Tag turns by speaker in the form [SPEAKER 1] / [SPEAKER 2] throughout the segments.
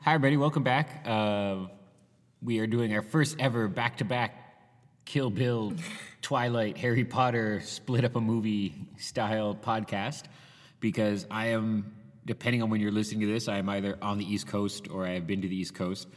[SPEAKER 1] Hi, everybody. Welcome back. Uh, we are doing our first ever back to back Kill Bill, Twilight, Harry Potter, split up a movie style podcast because I am, depending on when you're listening to this, I am either on the East Coast or I have been to the East Coast.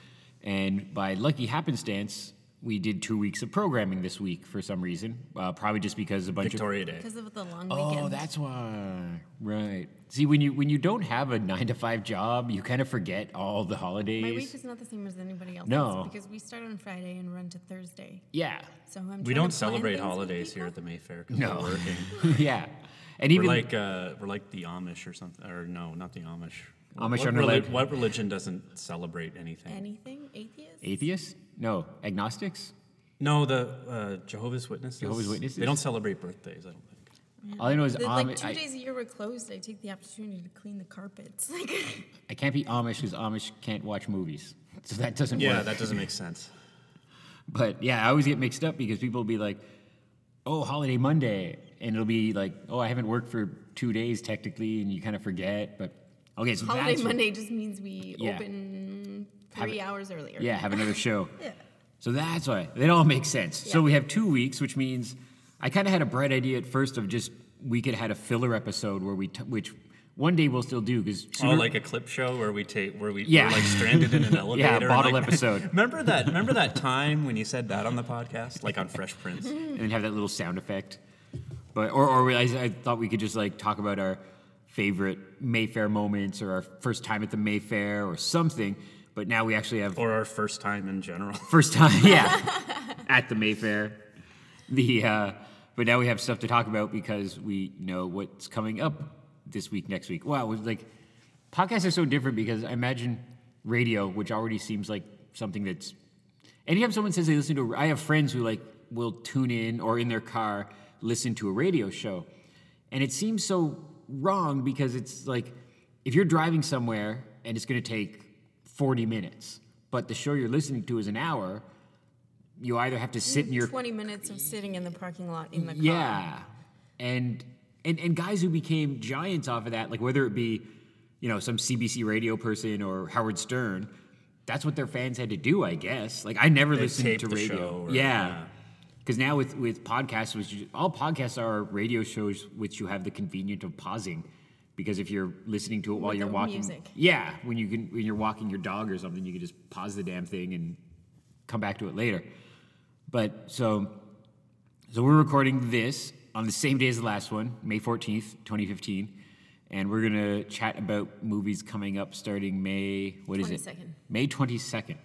[SPEAKER 1] And by lucky happenstance, we did two weeks of programming this week for some reason, uh, probably just because a bunch of
[SPEAKER 2] Victoria Day.
[SPEAKER 3] Because of the long weekend.
[SPEAKER 1] Oh, that's why. Right. See, when you when you don't have a nine to five job, you kind of forget all the holidays.
[SPEAKER 3] My week is not the same as anybody else's
[SPEAKER 1] No.
[SPEAKER 3] because we start on Friday and run to Thursday.
[SPEAKER 1] yeah,
[SPEAKER 3] So I'm
[SPEAKER 2] We
[SPEAKER 3] trying
[SPEAKER 2] don't
[SPEAKER 3] to plan
[SPEAKER 2] celebrate
[SPEAKER 3] things with
[SPEAKER 2] holidays here
[SPEAKER 3] people.
[SPEAKER 2] at the Mayfair because
[SPEAKER 1] No.
[SPEAKER 2] we're working.
[SPEAKER 1] yeah, and even
[SPEAKER 2] we're like uh, we're like the Amish or something. Or no, not the Amish.
[SPEAKER 1] Amish
[SPEAKER 2] what,
[SPEAKER 1] aren't allowed-
[SPEAKER 2] What religion doesn't celebrate anything?
[SPEAKER 3] Anything? Atheists?
[SPEAKER 1] atheists. No, agnostics.
[SPEAKER 2] No, the uh, Jehovah's Witnesses.
[SPEAKER 1] Jehovah's Witnesses?
[SPEAKER 2] They don't celebrate birthdays. I don't think.
[SPEAKER 1] All I know is
[SPEAKER 3] The,
[SPEAKER 1] Ami-
[SPEAKER 3] like two
[SPEAKER 1] I,
[SPEAKER 3] days a year we're closed. I take the opportunity to clean the carpets. Like,
[SPEAKER 1] I can't be Amish because Amish can't watch movies, so that doesn't
[SPEAKER 2] Yeah,
[SPEAKER 1] work.
[SPEAKER 2] that doesn't make sense.
[SPEAKER 1] But yeah, I always get mixed up because people will be like, "Oh, holiday Monday," and it'll be like, "Oh, I haven't worked for two days technically," and you kind of forget. But okay, so
[SPEAKER 3] holiday
[SPEAKER 1] that's
[SPEAKER 3] Monday just means we
[SPEAKER 1] Yeah.
[SPEAKER 3] open
[SPEAKER 1] Have
[SPEAKER 3] three
[SPEAKER 1] it-
[SPEAKER 3] hours earlier.
[SPEAKER 1] Yeah, have another show.
[SPEAKER 3] Yeah.
[SPEAKER 1] So that's why it all makes sense. So
[SPEAKER 3] Yeah.
[SPEAKER 1] we have two weeks, which means I kind of had a bright idea at first of just we could had a filler episode where we t- which one day we'll still do because
[SPEAKER 2] Oh, like a clip show where we take where we
[SPEAKER 1] Yeah.
[SPEAKER 2] we're like stranded in an elevator. and,
[SPEAKER 1] bottle
[SPEAKER 2] like-
[SPEAKER 1] episode.
[SPEAKER 2] remember that? Remember that time when you said that on the podcast, like on Fresh Prince?
[SPEAKER 1] and then have that little sound effect. But or or we- I, I thought we could just like talk about our favorite Mayfair moments or our first time at the Mayfair or something. But now we actually have
[SPEAKER 2] or our first time in general.
[SPEAKER 1] first time yeah at the mayfair the uh, but now we have stuff to talk about because we know what's coming up this week next week wow it's like podcasts are so different because i imagine radio which already seems like something that's anytime someone says they listen to a- i have friends who like will tune in or in their car listen to a radio show and it seems so wrong because it's like if you're driving somewhere and it's going to take 40 minutes but the show you're listening to is an hour you either have to sit in your
[SPEAKER 3] 20 minutes of sitting in the parking lot in the car.
[SPEAKER 1] yeah and and and guys who became giants off of that like whether it be you know some cbc radio person or howard stern that's what their fans had to do i guess like i never
[SPEAKER 2] They
[SPEAKER 1] listened
[SPEAKER 2] taped
[SPEAKER 1] to
[SPEAKER 2] the
[SPEAKER 1] radio
[SPEAKER 2] show or-
[SPEAKER 1] yeah
[SPEAKER 2] yeah.
[SPEAKER 1] because now with with podcasts which you- all podcasts are radio shows which you have the convenient of pausing because if you're listening to it while you're
[SPEAKER 3] Without
[SPEAKER 1] walking
[SPEAKER 3] music.
[SPEAKER 1] yeah when you can when you're walking your dog or something you can just pause the damn thing and come back to it later but so so we're recording this on the same day as the last one, May 14th, 2015. And we're going to chat about movies coming up starting May, what is it?
[SPEAKER 3] 22nd.
[SPEAKER 1] May 22nd.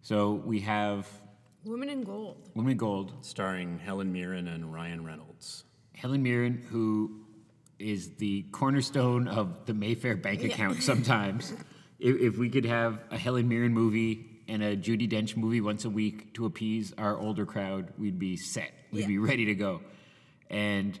[SPEAKER 1] So we have
[SPEAKER 3] Women in Gold.
[SPEAKER 1] Women in Gold,
[SPEAKER 2] starring Helen Mirren and Ryan Reynolds.
[SPEAKER 1] Helen Mirren, who is the cornerstone of the Mayfair bank account sometimes. if, if we could have a Helen Mirren movie and a Judy Dench movie once a week to appease our older crowd, we'd be set. We'd
[SPEAKER 3] Yeah.
[SPEAKER 1] be ready to go. And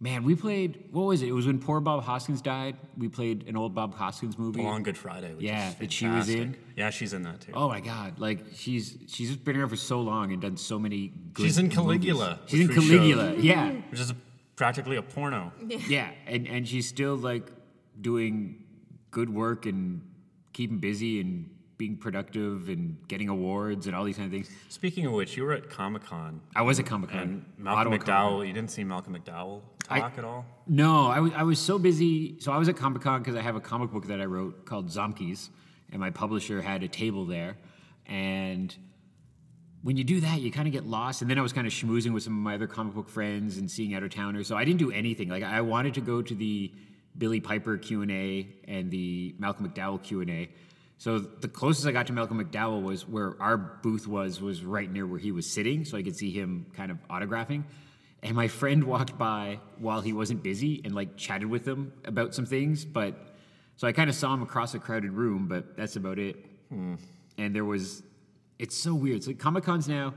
[SPEAKER 1] man, we played, what was it? It was when poor Bob Hoskins died. We played an old Bob Hoskins movie.
[SPEAKER 2] The Long Good Friday. Which
[SPEAKER 1] Yeah,
[SPEAKER 2] is
[SPEAKER 1] that she was in.
[SPEAKER 2] fantastic. Yeah, she's in that too.
[SPEAKER 1] Oh my God! Like she's she's just been around for so long and done so many. good
[SPEAKER 2] She's in
[SPEAKER 1] movies.
[SPEAKER 2] Caligula,
[SPEAKER 1] She's in
[SPEAKER 2] which we showed.
[SPEAKER 1] Caligula. Yeah,
[SPEAKER 2] Which is practically a porno.
[SPEAKER 1] yeah and and she's still like doing good work and keeping busy and being productive and getting awards and all these kind of things
[SPEAKER 2] Speaking of which, you were at Comic Con
[SPEAKER 1] i was at comic-con
[SPEAKER 2] and Malcolm
[SPEAKER 1] Ottawa Comic-Con.
[SPEAKER 2] McDowell. You didn't see Malcolm McDowell
[SPEAKER 1] I-
[SPEAKER 2] talk at all.
[SPEAKER 1] No, I was I was so busy. So I was at Comic Con because I have a comic book that I wrote called Zomkies, and my publisher had a table there. And when you do that, you kind of get lost. And then I was kind of schmoozing with some of my other comic book friends and seeing out of towners. So I didn't do anything. Like I wanted to go to the Billy Piper Q and A and the Malcolm McDowell Q and A. So the closest I got to Malcolm McDowell was where our booth was was right near where he was sitting, so I could see him kind of autographing. And my friend walked by while he wasn't busy and like chatted with him about some things. But so I kind of saw him across a crowded room, but that's about it. And there was, it's so weird. It's like Comic Cons now.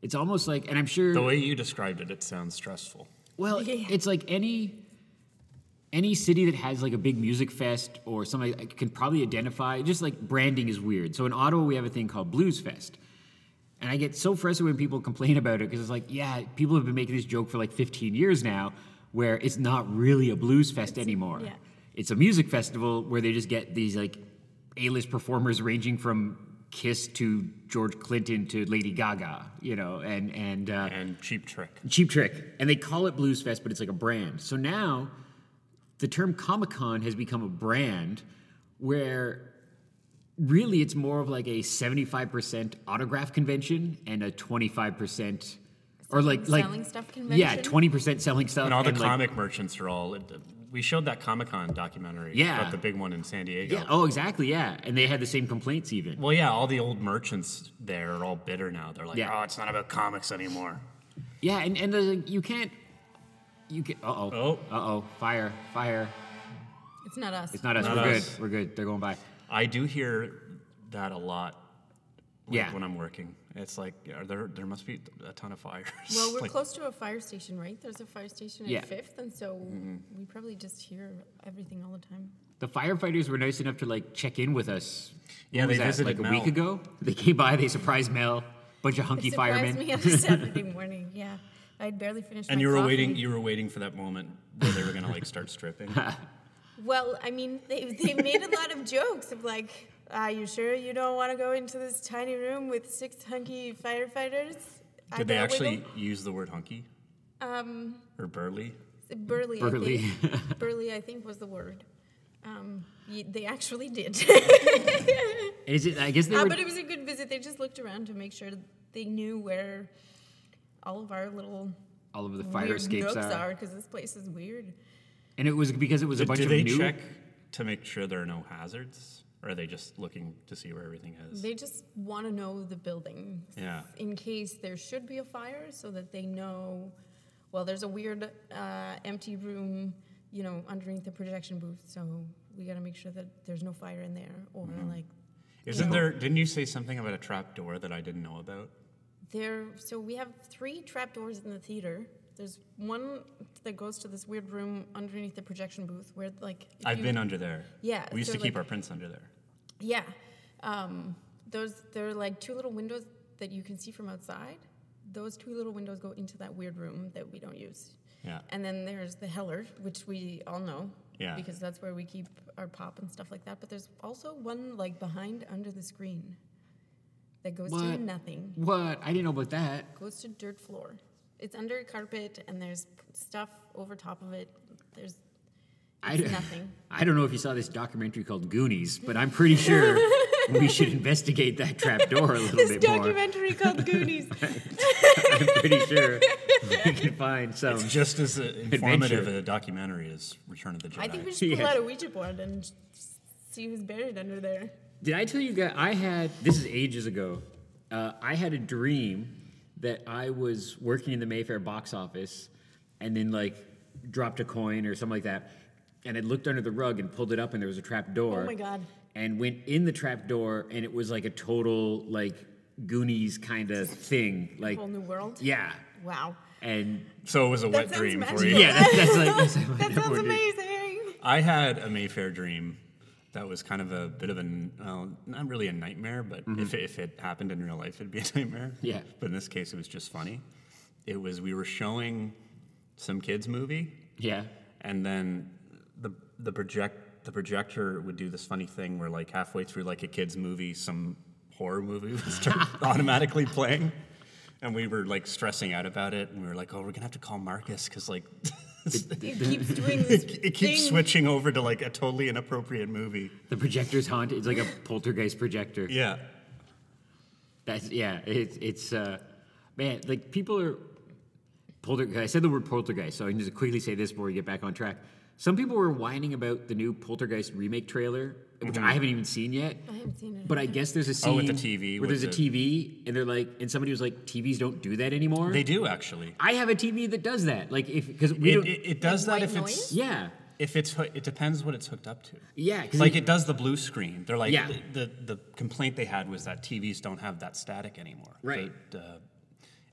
[SPEAKER 1] It's almost like, and I'm sure.
[SPEAKER 2] The way you described it, it sounds stressful.
[SPEAKER 1] Well,
[SPEAKER 3] Yeah.
[SPEAKER 1] it's like any any city that has like a big music fest or something like- I can probably identify. Just like branding is weird. So in Ottawa, we have a thing called Blues Fest. And I get so frustrated when people complain about it because it's like, yeah, people have been making this joke for like 15 years now, where it's not really a blues fest anymore.
[SPEAKER 3] yeah.
[SPEAKER 1] It's a music festival where they just get these like A-list performers ranging from Kiss to George Clinton to Lady Gaga, you know, and and uh,
[SPEAKER 2] and Cheap Trick.
[SPEAKER 1] Cheap Trick, and they call it Blues Fest, but it's like a brand. So now, the term Comic Con has become a brand, where really it's more of like a seventy-five percent autograph convention and a twenty-five percent, or like like
[SPEAKER 3] Selling stuff
[SPEAKER 1] Yeah,
[SPEAKER 3] convention?
[SPEAKER 1] twenty percent selling stuff.
[SPEAKER 2] And all the
[SPEAKER 1] like,
[SPEAKER 2] comic merchants are all. We showed that Comic Con documentary.
[SPEAKER 1] Yeah.
[SPEAKER 2] About the big one in San Diego.
[SPEAKER 1] Yeah. Oh, exactly. Yeah, and they had the same complaints even.
[SPEAKER 2] Well, yeah, all the old merchants there are all bitter now. They're like,
[SPEAKER 1] Yeah.
[SPEAKER 2] oh, it's not about comics anymore.
[SPEAKER 1] Yeah, and and there's, like, you can't. You can. Uh oh.
[SPEAKER 2] Oh.
[SPEAKER 1] Uh oh. Fire. Fire.
[SPEAKER 3] It's not us.
[SPEAKER 1] It's not us.
[SPEAKER 2] Not
[SPEAKER 1] We're
[SPEAKER 2] us.
[SPEAKER 1] good. We're good. They're going by.
[SPEAKER 2] I do hear that a lot. like,
[SPEAKER 1] Yeah.
[SPEAKER 2] When I'm working, it's like are there there must be a ton of fires.
[SPEAKER 3] well, we're
[SPEAKER 2] Like,
[SPEAKER 3] close to a fire station, right? There's a fire station
[SPEAKER 1] Yeah.
[SPEAKER 3] at Fifth, and so
[SPEAKER 2] Mm-hmm.
[SPEAKER 3] we probably just hear everything all the time.
[SPEAKER 1] The firefighters were nice enough to like check in with us.
[SPEAKER 2] Yeah,
[SPEAKER 1] When was
[SPEAKER 2] they
[SPEAKER 1] that, like
[SPEAKER 2] visited
[SPEAKER 1] a
[SPEAKER 2] Mel.
[SPEAKER 1] week ago. They came by. They surprised Mel. Bunch of hunky
[SPEAKER 3] It surprised
[SPEAKER 1] firemen.
[SPEAKER 3] me on a Saturday morning. Yeah, I'd barely finished.
[SPEAKER 2] And
[SPEAKER 3] my
[SPEAKER 2] you were
[SPEAKER 3] coffee.
[SPEAKER 2] waiting. You were waiting for that moment where they were gonna like start stripping.
[SPEAKER 3] Well, I mean, they they made a lot of jokes of like, "Are you sure you don't want to go into this tiny room with six hunky firefighters?" I
[SPEAKER 2] Did they
[SPEAKER 3] got
[SPEAKER 2] actually
[SPEAKER 3] wiggle.
[SPEAKER 2] use the word hunky
[SPEAKER 3] Um,
[SPEAKER 2] or burly?
[SPEAKER 3] burly.
[SPEAKER 1] Burly.
[SPEAKER 3] Uh, I think. burly, I think, was the word. Um, ye- they actually did.
[SPEAKER 1] Is it? I guess they
[SPEAKER 3] Uh,
[SPEAKER 1] were.
[SPEAKER 3] but it was a good visit. They just looked around to make sure they knew where all of our little
[SPEAKER 1] all over the fire
[SPEAKER 3] weird
[SPEAKER 1] escapes
[SPEAKER 3] nooks
[SPEAKER 1] are.
[SPEAKER 3] are because this place is weird.
[SPEAKER 1] And it was because it was a
[SPEAKER 2] Did,
[SPEAKER 1] bunch
[SPEAKER 2] do
[SPEAKER 1] of
[SPEAKER 2] they
[SPEAKER 1] new.
[SPEAKER 2] check to make sure there are no hazards, or are they just looking to see where everything is?
[SPEAKER 3] They just want to know the building
[SPEAKER 2] yeah.
[SPEAKER 3] in case there should be a fire so that they know, well, there's a weird uh, empty room, you know, underneath the projection booth, so we got to make sure that there's no fire in there or like
[SPEAKER 2] Isn't
[SPEAKER 3] know.
[SPEAKER 2] there? Didn't you say something about a trap door that I didn't know about?
[SPEAKER 3] There, so we have three trapdoors in the theater. There's one that goes to this weird room underneath the projection booth where, like, if
[SPEAKER 2] I've
[SPEAKER 3] you-
[SPEAKER 2] been under there.
[SPEAKER 3] Yeah,
[SPEAKER 2] We used
[SPEAKER 3] so,
[SPEAKER 2] to keep
[SPEAKER 3] like-
[SPEAKER 2] our prints under there.
[SPEAKER 3] Yeah, um, those there are like two little windows that you can see from outside. Those two little windows go into that weird room that we don't use.
[SPEAKER 2] Yeah.
[SPEAKER 3] And then there's the Heller, which we all know.
[SPEAKER 2] Yeah.
[SPEAKER 3] Because that's where we keep our pop and stuff like that. But there's also one like behind under the screen that goes
[SPEAKER 1] What?
[SPEAKER 3] to nothing.
[SPEAKER 1] What? I didn't know about that.
[SPEAKER 3] goes to dirt floor. It's under a carpet, and there's p- stuff over top of it. There's
[SPEAKER 1] I
[SPEAKER 3] it's
[SPEAKER 1] d-
[SPEAKER 3] nothing.
[SPEAKER 1] I don't know if you saw this documentary called Goonies, but I'm pretty sure we should investigate that trap door a little
[SPEAKER 3] This
[SPEAKER 1] bit more.
[SPEAKER 3] documentary called Goonies.
[SPEAKER 1] I'm pretty sure we can find some.
[SPEAKER 2] It's just as uh, informative a documentary as Return of the Jedi.
[SPEAKER 3] I think we should pull
[SPEAKER 1] Yes.
[SPEAKER 3] out a Ouija board and s- see who's buried under there.
[SPEAKER 1] Did I tell you guys? I had this is ages ago. Uh, I had a dream that I was working in the Mayfair box office, and then like dropped a coin or something like that, and I looked under the rug and pulled it up, and there was a trap door.
[SPEAKER 3] Oh my God.
[SPEAKER 1] And went in the trap door, and it was like a total like Goonies kind of thing. Like
[SPEAKER 3] Whole new world.
[SPEAKER 1] Yeah,
[SPEAKER 3] Wow.
[SPEAKER 1] and
[SPEAKER 2] so it was a
[SPEAKER 3] That
[SPEAKER 2] wet
[SPEAKER 3] sounds
[SPEAKER 2] dream for
[SPEAKER 3] magical.
[SPEAKER 2] you.
[SPEAKER 1] yeah, that's, that's like that's like my
[SPEAKER 3] That sounds
[SPEAKER 1] number one dream.
[SPEAKER 3] amazing.
[SPEAKER 2] I had a Mayfair dream that was kind of a bit of an uh, not really a nightmare, but if, it, if it happened in real life, it'd be a nightmare.
[SPEAKER 1] Mm-hmm. Yeah.
[SPEAKER 2] But in this case, it was just funny. It was we were showing some kids movie,
[SPEAKER 1] Yeah,
[SPEAKER 2] and then the the project the projector would do this funny thing where like halfway through like a kids movie, some horror movie would start automatically playing. And we were like stressing out about it, and we were like, "Oh, we're gonna have to call Marcus because like
[SPEAKER 3] It keeps doing this.
[SPEAKER 2] it keeps
[SPEAKER 3] thing.
[SPEAKER 2] switching over to like a totally inappropriate movie."
[SPEAKER 1] the projector's haunted. It's like a poltergeist projector.
[SPEAKER 2] Yeah.
[SPEAKER 1] That's yeah. It's it's uh, man. Like people are poltergeist. I said the word poltergeist, so I can just quickly say this before we get back on track. Some people were whining about the new poltergeist remake trailer, which I haven't even seen yet.
[SPEAKER 3] I haven't seen it.
[SPEAKER 1] But I guess there's a scene
[SPEAKER 2] Mm-hmm. Oh, with the TV,
[SPEAKER 1] where
[SPEAKER 2] with
[SPEAKER 1] there's a
[SPEAKER 2] the-
[SPEAKER 1] TV, and they're like, and somebody was like, TVs don't do that anymore.
[SPEAKER 2] They do actually.
[SPEAKER 1] I have a TV that does that. Like if because we
[SPEAKER 2] It,
[SPEAKER 1] don't.
[SPEAKER 2] it, it does
[SPEAKER 3] Like
[SPEAKER 2] that if
[SPEAKER 3] white
[SPEAKER 2] it's
[SPEAKER 1] yeah,
[SPEAKER 2] if it's hoo- it depends what it's hooked up to.
[SPEAKER 1] yeah. 'cause
[SPEAKER 2] Like
[SPEAKER 1] it-
[SPEAKER 2] it does the blue screen. They're like
[SPEAKER 1] Yeah.
[SPEAKER 2] the, the the complaint they had was that TVs don't have that static anymore.
[SPEAKER 1] Right.
[SPEAKER 2] The,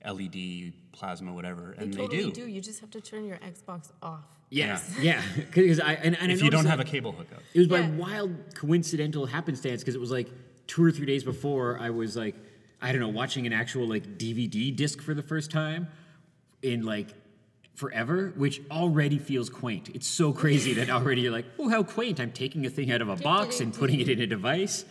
[SPEAKER 2] the LED plasma whatever,
[SPEAKER 3] You
[SPEAKER 2] and they
[SPEAKER 3] totally
[SPEAKER 2] do.
[SPEAKER 3] do. You just have to turn your Xbox off.
[SPEAKER 1] yes, yeah. Because I and, and I
[SPEAKER 2] If you don't
[SPEAKER 1] noticed
[SPEAKER 2] have
[SPEAKER 1] that-
[SPEAKER 2] a cable hookup.
[SPEAKER 1] It was by
[SPEAKER 3] Yeah.
[SPEAKER 1] wild coincidental happenstance because it was like two or three days before I was like, I don't know, watching an actual like DVD disc for the first time in like forever, which already feels quaint. It's so crazy that already you're like, oh, how quaint. I'm taking a thing out of a box and putting it in a device.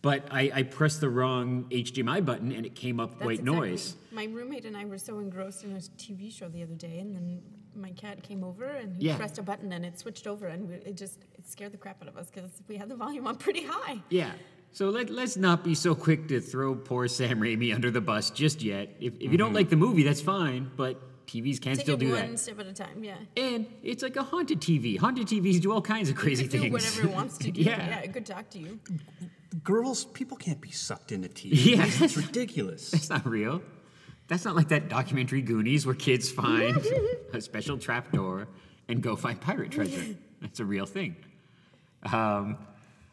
[SPEAKER 1] But I, I pressed the wrong HDMI button and it came up
[SPEAKER 3] That's
[SPEAKER 1] white
[SPEAKER 3] exactly-
[SPEAKER 1] noise.
[SPEAKER 3] My roommate and I were so engrossed in a TV show the other day, and then my cat came over and he
[SPEAKER 1] Yeah.
[SPEAKER 3] pressed a button and it switched over, and we, it just it scared the crap out of us because we had the volume up pretty high.
[SPEAKER 1] Yeah. So let, let's not be so quick to throw poor Sam Raimi under the bus just yet. If, if you don't like the movie, that's fine, but TVs can
[SPEAKER 3] Take
[SPEAKER 1] still
[SPEAKER 3] it
[SPEAKER 1] do
[SPEAKER 3] one
[SPEAKER 1] that.
[SPEAKER 3] step at a time. Yeah.
[SPEAKER 1] And it's like a haunted TV. Haunted TVs do all kinds of crazy
[SPEAKER 3] You could
[SPEAKER 1] things.
[SPEAKER 3] do whatever it wants to do.
[SPEAKER 1] Yeah.
[SPEAKER 3] yeah, it could talk to you.
[SPEAKER 2] Girls, people can't be sucked into TV.
[SPEAKER 1] Yeah.
[SPEAKER 2] It's ridiculous.
[SPEAKER 1] That's not real. That's not like that documentary Goonies where kids find a special trapdoor and go find pirate treasure. That's a real thing. Um,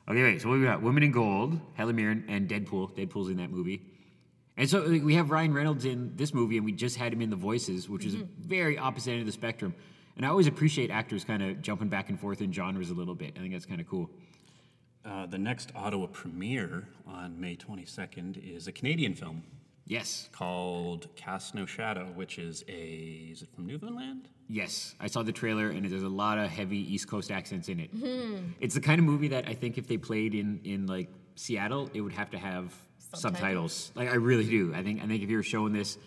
[SPEAKER 1] okay, wait. So what we got? Women in Gold, Helen Mirren, and Deadpool. Deadpool's in that movie. And so like, we have Ryan Reynolds in this movie, and we just had him in The Voices, which is very opposite end of the spectrum. And I always appreciate actors kind of jumping back and forth in genres a little bit. I think that's kind of cool.
[SPEAKER 2] Uh, the next Ottawa premiere on May 22nd is a Canadian film
[SPEAKER 1] Yes,
[SPEAKER 2] called Cast No Shadow, which is a is it from Newfoundland?
[SPEAKER 1] Yes, I saw the trailer, and there's a lot of heavy East Coast accents in it.
[SPEAKER 3] Hmm.
[SPEAKER 1] It's the kind of movie that I think if they played in in like Seattle, it would have to have subtitles. Like I really do. I think I think if you were showing this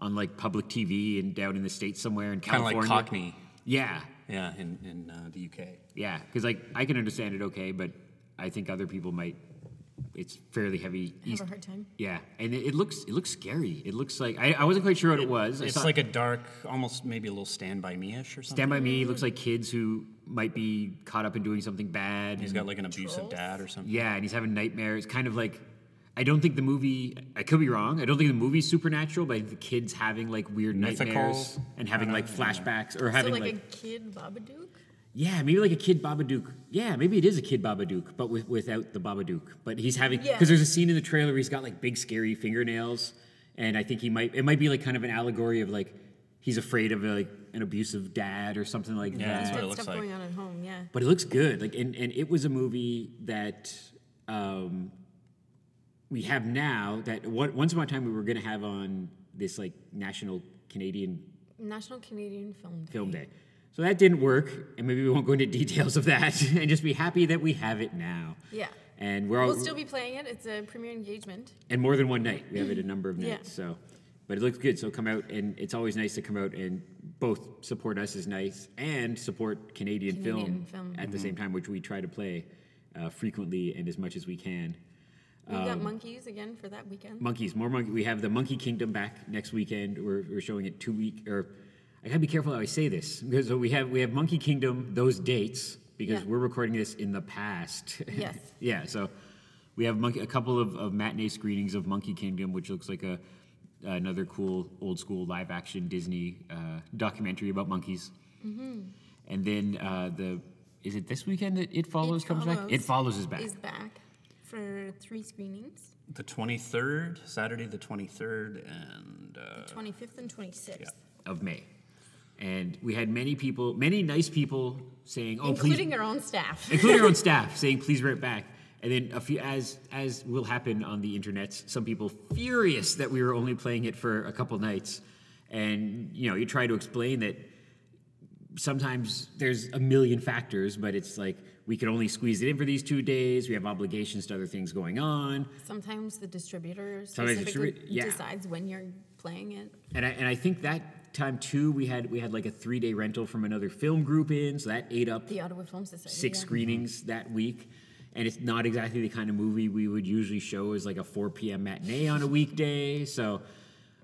[SPEAKER 1] on like public TV and down in the states somewhere in
[SPEAKER 2] Kind of
[SPEAKER 1] California,
[SPEAKER 2] like Cockney,
[SPEAKER 1] yeah,
[SPEAKER 2] yeah, in in uh, the UK.
[SPEAKER 1] yeah, because like I can understand it okay, but I think other people might. It's fairly heavy.
[SPEAKER 3] Have
[SPEAKER 1] East,
[SPEAKER 3] a hard time.
[SPEAKER 1] yeah, and it, it looks it looks scary. It looks like I, I wasn't quite sure what it, was. I
[SPEAKER 2] It's
[SPEAKER 1] saw-
[SPEAKER 2] like a dark, almost maybe a little Stand By Me ish or something.
[SPEAKER 1] Stand by Me
[SPEAKER 3] Um,
[SPEAKER 1] looks like kids who might be caught up in doing something bad.
[SPEAKER 2] He's
[SPEAKER 1] and-
[SPEAKER 2] got like an abusive
[SPEAKER 3] Trolls?
[SPEAKER 2] dad or something.
[SPEAKER 1] yeah, and he's having nightmares. Kind of like I don't think the movie. I could be wrong. I don't think the movie's supernatural, but I think the kids having like weird
[SPEAKER 2] Mythical. Uh,
[SPEAKER 1] nightmares and having like flashbacks or
[SPEAKER 3] So
[SPEAKER 1] having
[SPEAKER 3] like,
[SPEAKER 1] like,
[SPEAKER 3] a kid Babadook.
[SPEAKER 1] yeah, maybe like a kid Babadook. Yeah, maybe it is a kid Babadook, but with, without the Babadook. But he's having because
[SPEAKER 3] Yeah.
[SPEAKER 1] there's a scene in the trailer where he's got like big scary fingernails, and I think he might. It might be like kind of an allegory of like he's afraid of like an abusive dad or something like that.
[SPEAKER 2] Yeah, that's what it
[SPEAKER 3] That
[SPEAKER 2] looks
[SPEAKER 3] stuff
[SPEAKER 2] like.
[SPEAKER 3] going on at home. Yeah.
[SPEAKER 1] but it looks good. Like, and, and it was a movie that um, we have now that one, once upon a time we were going to have on this like National Canadian
[SPEAKER 3] National Canadian Film Day.
[SPEAKER 1] Film Day. So that didn't work, and maybe we won't go into details of that, and just be happy that we have it now.
[SPEAKER 3] Yeah.
[SPEAKER 1] And we're all
[SPEAKER 3] We'll still be playing it. It's a premiere engagement.
[SPEAKER 1] and more than one night. We have it a number of
[SPEAKER 3] Yeah.
[SPEAKER 1] nights. So, but it looks good. So come out, and it's always nice to come out and both support us is nice and support Canadian,
[SPEAKER 3] Canadian
[SPEAKER 1] film,
[SPEAKER 3] film. Mm-hmm.
[SPEAKER 1] at the same time, which we try to play uh, frequently and as much as we can.
[SPEAKER 3] We've
[SPEAKER 1] Um,
[SPEAKER 3] got monkeys again for that weekend.
[SPEAKER 1] Monkeys, more monkey. We have the Monkey Kingdom back next weekend. We're, we're showing it two week or. I gotta be careful how I say this because so we have we have Monkey Kingdom those dates because
[SPEAKER 3] Yeah.
[SPEAKER 1] we're recording this in the past.
[SPEAKER 3] Yes.
[SPEAKER 1] yeah. So we have monkey, a couple of, of matinee screenings of Monkey Kingdom, which looks like a another cool old school live action Disney uh, documentary about monkeys.
[SPEAKER 3] Mm-hmm.
[SPEAKER 1] And then uh, the is it this weekend that It Follows comes back? It Follows is back.
[SPEAKER 3] Is back for three screenings,
[SPEAKER 2] The 23rd, Saturday the 23rd, and uh,
[SPEAKER 3] 25th and 26th,
[SPEAKER 1] of May. And we had many people, many nice people saying, "Oh,
[SPEAKER 3] including
[SPEAKER 1] please,"
[SPEAKER 3] our own staff.
[SPEAKER 1] including our own staff, saying, "Please rent back." And then a few, as as will happen on the internets, some people furious that we were only playing it for a couple nights, and you know, you try to explain that sometimes there's a million factors, but it's like we could only squeeze it in for these two days. We have obligations to other things going on.
[SPEAKER 3] Sometimes the distributor
[SPEAKER 1] Sometimes the
[SPEAKER 3] specifically
[SPEAKER 1] distribu- yeah.
[SPEAKER 3] decides when you're playing it.
[SPEAKER 1] And I, and I think that time too, we had we had like a three day rental from another film group in, so that ate up
[SPEAKER 3] The Ottawa Film Society.
[SPEAKER 1] six
[SPEAKER 3] yeah.
[SPEAKER 1] screenings that week. And it's not exactly the kind of movie we would usually show as like a 4 p.m. matinee on a weekday. So,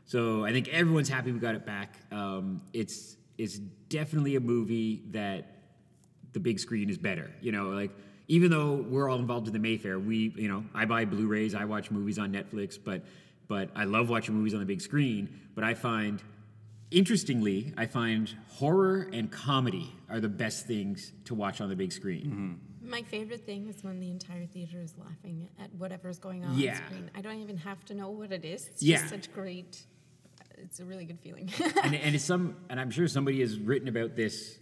[SPEAKER 1] so I think everyone's happy we got it back. Um, it's it's definitely a movie that the big screen is better. You know, like even though we're all involved in the Mayfair, we you know I buy Blu-rays, I watch movies on Netflix, but but I love watching movies on the big screen. But I find interestingly, I find horror and comedy are the best things to watch on the big screen.
[SPEAKER 3] My favorite thing is when the entire theater is laughing at whatever's going on on
[SPEAKER 1] Yeah.
[SPEAKER 3] screen. I don't even have to know what it is. It's
[SPEAKER 1] Yeah.
[SPEAKER 3] just such great. It's a really good feeling.
[SPEAKER 1] and, and it's some and i'm sure somebody has written about this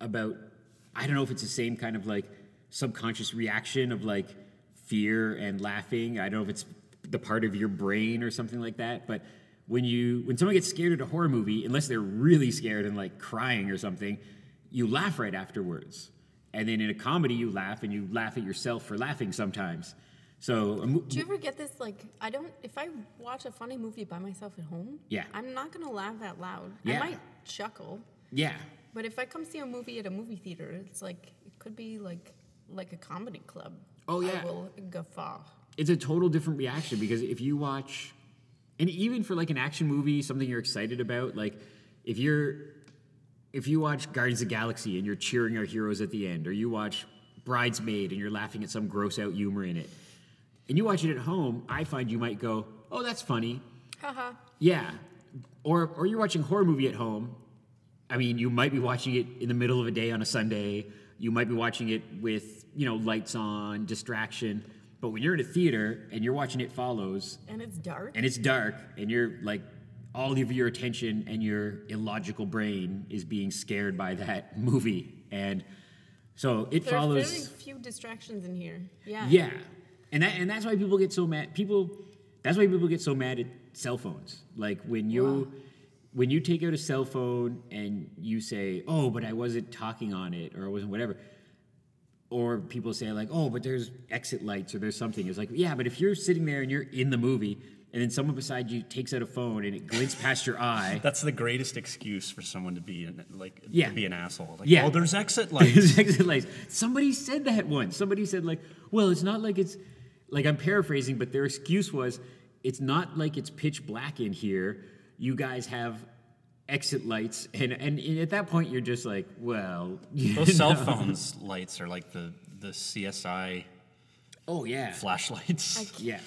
[SPEAKER 1] about i don't know if it's the same kind of like subconscious reaction of like fear and laughing i don't know if it's the part of your brain or something like that but when you when someone gets scared at a horror movie, unless they're really scared and like crying or something, you laugh right afterwards. And then in a comedy, you laugh and you laugh at yourself for laughing sometimes. So a mo-
[SPEAKER 3] Do you ever get this like I don't if I watch a funny movie by myself at home?
[SPEAKER 1] Yeah.
[SPEAKER 3] I'm not gonna laugh out loud.
[SPEAKER 1] Yeah.
[SPEAKER 3] I might chuckle,
[SPEAKER 1] yeah,
[SPEAKER 3] but if I come see a movie at a movie theater, it's like it could be like like a comedy club.
[SPEAKER 1] Oh, yeah.
[SPEAKER 3] I will guffaw.
[SPEAKER 1] it's a total different reaction because if you watch and even for like an action movie something you're excited about like if you're if you watch guardians of the galaxy and you're cheering our heroes at the end or you watch bridesmaid and you're laughing at some gross out humor in it and you watch it at home i find you might go oh that's funny
[SPEAKER 3] Haha.
[SPEAKER 1] yeah or or you're watching a horror movie at home i mean you might be watching it in the middle of a day on a sunday you might be watching it with you know lights on distraction but when you're in a theater and you're watching it follows
[SPEAKER 3] And it's dark.
[SPEAKER 1] and it's dark and you're like all of your attention and your illogical brain is being scared by that movie and so it
[SPEAKER 3] there
[SPEAKER 1] follows
[SPEAKER 3] are very few distractions in here. Yeah.
[SPEAKER 1] yeah, and that and that's why people get so mad. People, that's why people get so mad at cell phones. Like when you, when you take out a cell phone and you say, "Oh, but I wasn't talking on it," or "I wasn't whatever," or people say like, "Oh, but there's exit lights or there's something." It's like, yeah, but if you're sitting there and you're in the movie. And then someone beside you takes out a phone and it glints past your eye.
[SPEAKER 2] That's the greatest excuse for someone to be an, like
[SPEAKER 1] Yeah.
[SPEAKER 2] to be an asshole. Like,
[SPEAKER 1] Yeah.
[SPEAKER 2] oh, there's exit lights.
[SPEAKER 1] It's exit lights. Somebody said that once. Somebody said like, well, it's not like it's like I'm paraphrasing, but their excuse was it's not like it's pitch black in here. You guys have exit lights, and and, and at that point you're just like, well, you
[SPEAKER 2] Those cell
[SPEAKER 1] know.
[SPEAKER 2] phones lights are like the the CSI
[SPEAKER 1] Oh yeah,
[SPEAKER 2] flashlights.
[SPEAKER 1] yeah,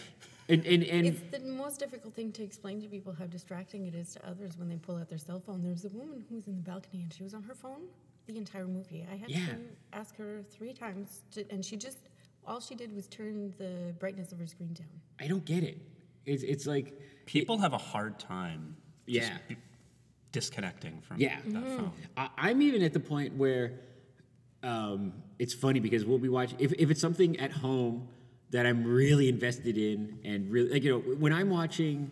[SPEAKER 1] and and and.
[SPEAKER 3] It's the most difficult thing to explain to people how distracting it is to others when they pull out their cell phone. There's a woman who was in the balcony and she was on her phone the entire movie. I had
[SPEAKER 1] Yeah.
[SPEAKER 3] to ask her three times, to, and she just all she did was turn the brightness of her screen down.
[SPEAKER 1] I don't get it. It's it's like
[SPEAKER 2] People have a hard time just
[SPEAKER 1] Yeah.
[SPEAKER 2] be- disconnecting from
[SPEAKER 1] Yeah. Mm-hmm.
[SPEAKER 2] that phone.
[SPEAKER 1] I, I'm even at the point where um, it's funny because we'll be watching. If, if it's something at home that I'm really invested in, and really, like, you know, when I'm watching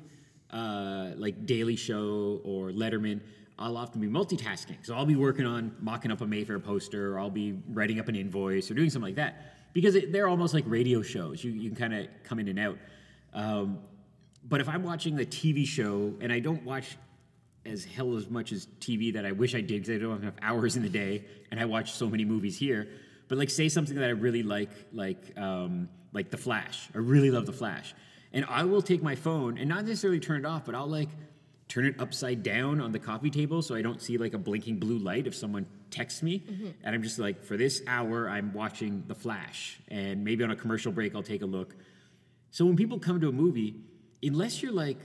[SPEAKER 1] uh, like Daily Show or Letterman, I'll often be multitasking. So I'll be working on mocking up a Mayfair poster, or I'll be writing up an invoice, or doing something like that because it, they're almost like radio shows. You, you can kind of come in and out. Um, but if I'm watching the TV show and I don't watch as hell as much as TV that I wish I did because I don't have enough hours in the day, and I watch so many movies here. But like, say something that I really like, like um, like The Flash. I really love The Flash, and I will take my phone and not necessarily turn it off, but I'll like turn it upside down on the coffee table so I don't see like a blinking blue light if someone texts me. And I'm just like, for this hour, I'm watching The Flash, and maybe on a commercial break, I'll take a look. So when people come to a movie, unless you're like,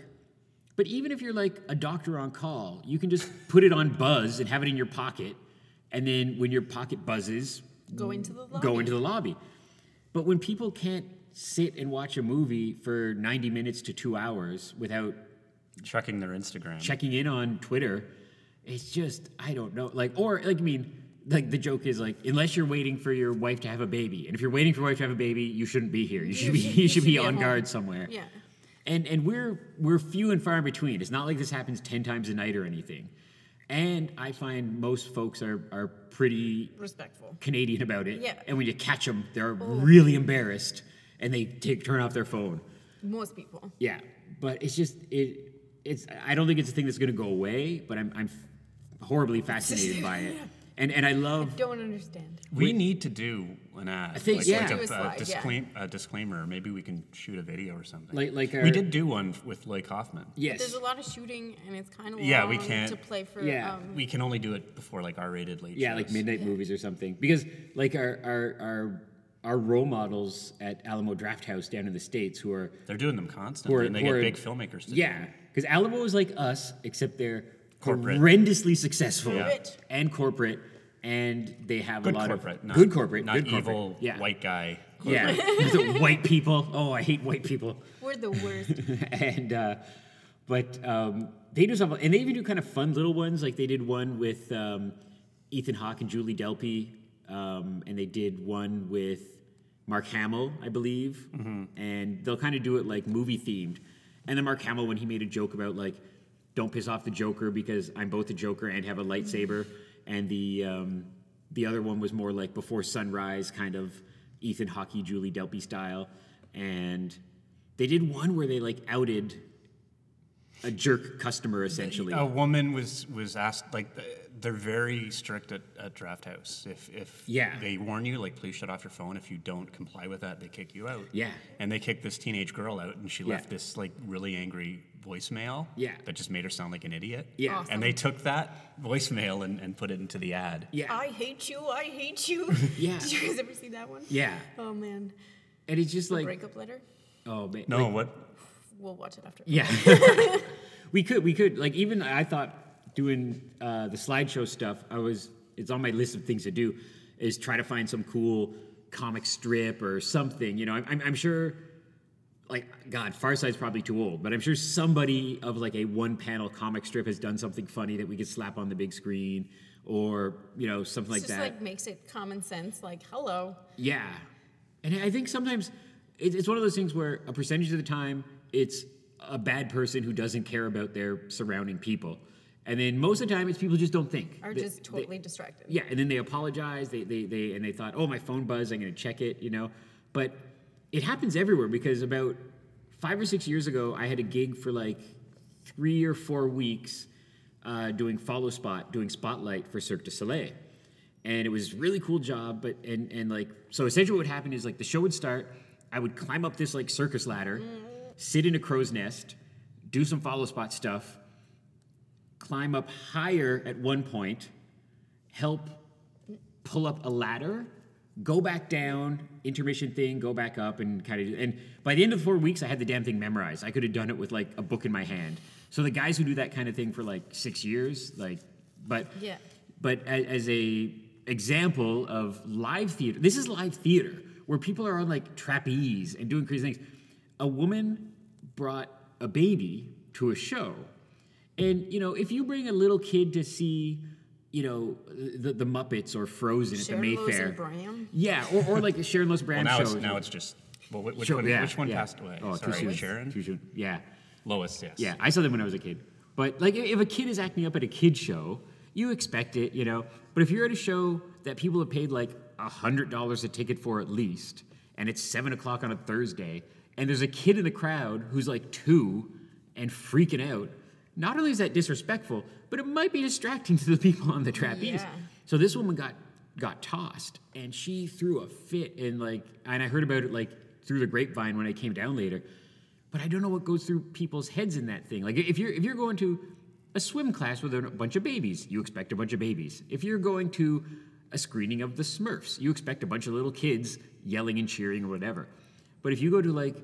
[SPEAKER 1] but even if you're like a doctor on call, you can just put it on buzz and have it in your pocket. And then when your pocket buzzes,
[SPEAKER 3] Go into the lobby.
[SPEAKER 1] Mm. go into the lobby. But when people can't sit and watch a movie for 90 minutes to two hours without
[SPEAKER 2] Checking their Instagram.
[SPEAKER 1] checking in on Twitter, it's just I don't know. Like or like I mean, like the joke is like unless you're waiting for your wife to have a baby, and if you're waiting for your wife to have a baby, you shouldn't be here. You should be you should be
[SPEAKER 3] at
[SPEAKER 1] on
[SPEAKER 3] home.
[SPEAKER 1] guard somewhere.
[SPEAKER 3] Yeah.
[SPEAKER 1] And and we're we're few and far in between. It's not like this happens ten times a night or anything. And I find most folks are are pretty
[SPEAKER 3] Respectful.
[SPEAKER 1] Canadian about it.
[SPEAKER 3] Yeah. Oh.
[SPEAKER 1] And when you catch them, they're really embarrassed and they take turn off their phone.
[SPEAKER 3] Most people.
[SPEAKER 1] Yeah, but it's just it. It's I don't think it's a thing that's going to go away, but I'm I'm horribly fascinated by it, and and I love
[SPEAKER 3] Don't understand.
[SPEAKER 2] We need to do an ad. I
[SPEAKER 1] think-
[SPEAKER 2] like,
[SPEAKER 1] yeah.
[SPEAKER 2] like a,
[SPEAKER 3] Do a slide,
[SPEAKER 2] a,
[SPEAKER 3] yeah.
[SPEAKER 2] disclaim, a disclaimer. Maybe we can shoot a video or something.
[SPEAKER 1] Like- like our-
[SPEAKER 2] we did do one with Blake Hoffman.
[SPEAKER 1] yes,
[SPEAKER 3] There's a lot of shooting, and it's kind of
[SPEAKER 2] Yeah, we
[SPEAKER 3] long
[SPEAKER 2] can't-
[SPEAKER 3] to play for.
[SPEAKER 1] Yeah.
[SPEAKER 3] um,
[SPEAKER 2] We can only do it before like R-rated late.
[SPEAKER 1] yeah, like
[SPEAKER 2] shows.
[SPEAKER 1] midnight movies or something, because like our our our our role models at Alamo Draft House down in the states who are
[SPEAKER 2] They're doing them constantly,
[SPEAKER 1] Or-
[SPEAKER 2] and they
[SPEAKER 1] or-
[SPEAKER 2] get big filmmakers to do
[SPEAKER 1] yeah, because Alamo is like us except they're
[SPEAKER 2] Corporate.
[SPEAKER 1] horrendously successful
[SPEAKER 2] Yeah.
[SPEAKER 3] Rich.
[SPEAKER 1] and corporate, and they have
[SPEAKER 2] Good
[SPEAKER 1] a lot
[SPEAKER 2] corporate,
[SPEAKER 1] of
[SPEAKER 2] not,
[SPEAKER 1] good corporate,
[SPEAKER 2] not
[SPEAKER 1] good corporate.
[SPEAKER 2] evil
[SPEAKER 1] yeah.
[SPEAKER 2] white guy.
[SPEAKER 1] Yeah, Is it white people. Oh, I hate white people.
[SPEAKER 3] We're the worst.
[SPEAKER 1] and uh, but um, they do something, and they even do kind of fun little ones. Like they did one with um, Ethan Hawke and Julie Delpy, um, and they did one with Mark Hamill, I believe. And they'll kind of do it like movie themed. And then Mark Hamill, when he made a joke about like don't piss off the Joker because I'm both a Joker and have a lightsaber. And the um, the other one was more like before sunrise, kind of Ethan Hawke, Julie Delpy style. And they did one where they like outed a jerk customer essentially.
[SPEAKER 2] A woman was was asked like th- they're very strict at, at Draft House. If if
[SPEAKER 1] Yeah.
[SPEAKER 2] they warn you like please shut off your phone if you don't comply with that they kick you out.
[SPEAKER 1] Yeah.
[SPEAKER 2] And they kicked this teenage girl out and she
[SPEAKER 1] Yeah.
[SPEAKER 2] left this like really angry voicemail.
[SPEAKER 1] Yeah.
[SPEAKER 2] That just made her sound like an idiot.
[SPEAKER 1] Yeah.
[SPEAKER 3] Awesome.
[SPEAKER 2] And they took that voicemail and, and put it into the ad.
[SPEAKER 1] Yeah.
[SPEAKER 3] I hate you. I hate you.
[SPEAKER 1] Yeah.
[SPEAKER 3] Did you guys ever see that one?
[SPEAKER 1] yeah.
[SPEAKER 3] Oh man.
[SPEAKER 1] And it's just like
[SPEAKER 3] Breakup letter.
[SPEAKER 1] oh man.
[SPEAKER 2] No, what
[SPEAKER 3] We'll watch it after.
[SPEAKER 1] Yeah. we could, we could. Like, even I thought doing uh, the slideshow stuff, I was, it's on my list of things to do, is try to find some cool comic strip or something. You know, I'm, I'm- I'm sure, like, God, Farside's probably too old, but I'm sure somebody of like a one panel comic strip has done something funny that we could slap on the big screen or, you know, something
[SPEAKER 3] It's
[SPEAKER 1] like
[SPEAKER 3] just
[SPEAKER 1] that.
[SPEAKER 3] like makes it common sense. Like hello.
[SPEAKER 1] Yeah, and I think sometimes it- it's one of those things where a percentage of the time it's a bad person who doesn't care about their surrounding people, and then most of the time it's people who just don't think.
[SPEAKER 3] Are
[SPEAKER 1] They-
[SPEAKER 3] just
[SPEAKER 1] they-
[SPEAKER 3] totally distracted.
[SPEAKER 1] yeah, and then they apologize. They, they they and they thought, oh, my phone buzzed. I'm going to check it, you know. But it happens everywhere because about five or six years ago, I had a gig for like three or four weeks uh, doing follow spot, doing spotlight for Cirque du Soleil, and it was a really cool job. But and and like so, essentially, what would happen is like the show would start. I would climb up this like circus ladder, sit in a crow's nest, do some follow spot stuff, climb up higher at one point, help pull up a ladder, go back down, intermission thing, go back up, and kind of. do And by the end of four weeks, I had the damn thing memorized. I could have done it with like a book in my hand. So the guys who do that kind of thing for like six years, like, but
[SPEAKER 3] Yeah.
[SPEAKER 1] but as, as a example of live theater, this is live theater where people are on like trapeze and doing crazy things. A woman brought a baby to a show, and you know if you bring a little kid to see, you know the, the Muppets or Frozen at
[SPEAKER 3] Sharon
[SPEAKER 1] the
[SPEAKER 3] Lewis
[SPEAKER 1] Mayfair,
[SPEAKER 3] and Bram.
[SPEAKER 1] yeah, or, or like a Sharon Lewis
[SPEAKER 2] well
[SPEAKER 1] Bram
[SPEAKER 2] now
[SPEAKER 1] show.
[SPEAKER 2] it's now it's just well whi- which
[SPEAKER 1] Sure,
[SPEAKER 2] one
[SPEAKER 1] yeah,
[SPEAKER 2] which one
[SPEAKER 1] yeah.
[SPEAKER 2] passed away?
[SPEAKER 1] Oh,
[SPEAKER 2] Sorry,
[SPEAKER 1] too soon.
[SPEAKER 2] Sharon?
[SPEAKER 1] Too soon. Yeah.
[SPEAKER 2] Lois, yes.
[SPEAKER 1] Yeah, I saw them when I was a kid. But like, if a kid is acting up at a kid show, you expect it, you know. But if you're at a show that people have paid like hundred dollars a ticket for at least, and it's seven o'clock on a Thursday, and there's a kid in the crowd who's like two and freaking out, not only is that disrespectful, but it might be distracting to the people on the trapeze.
[SPEAKER 3] Yeah.
[SPEAKER 1] So this woman got got tossed, and she threw a fit, and like, and I heard about it like through the grapevine when I came down later. But I don't know what goes through people's heads in that thing. Like, if you're if you're going to a swim class with a bunch of babies, you expect a bunch of babies. If you're going to a screening of the Smurfs, you expect a bunch of little kids yelling and cheering or whatever. But if you go to like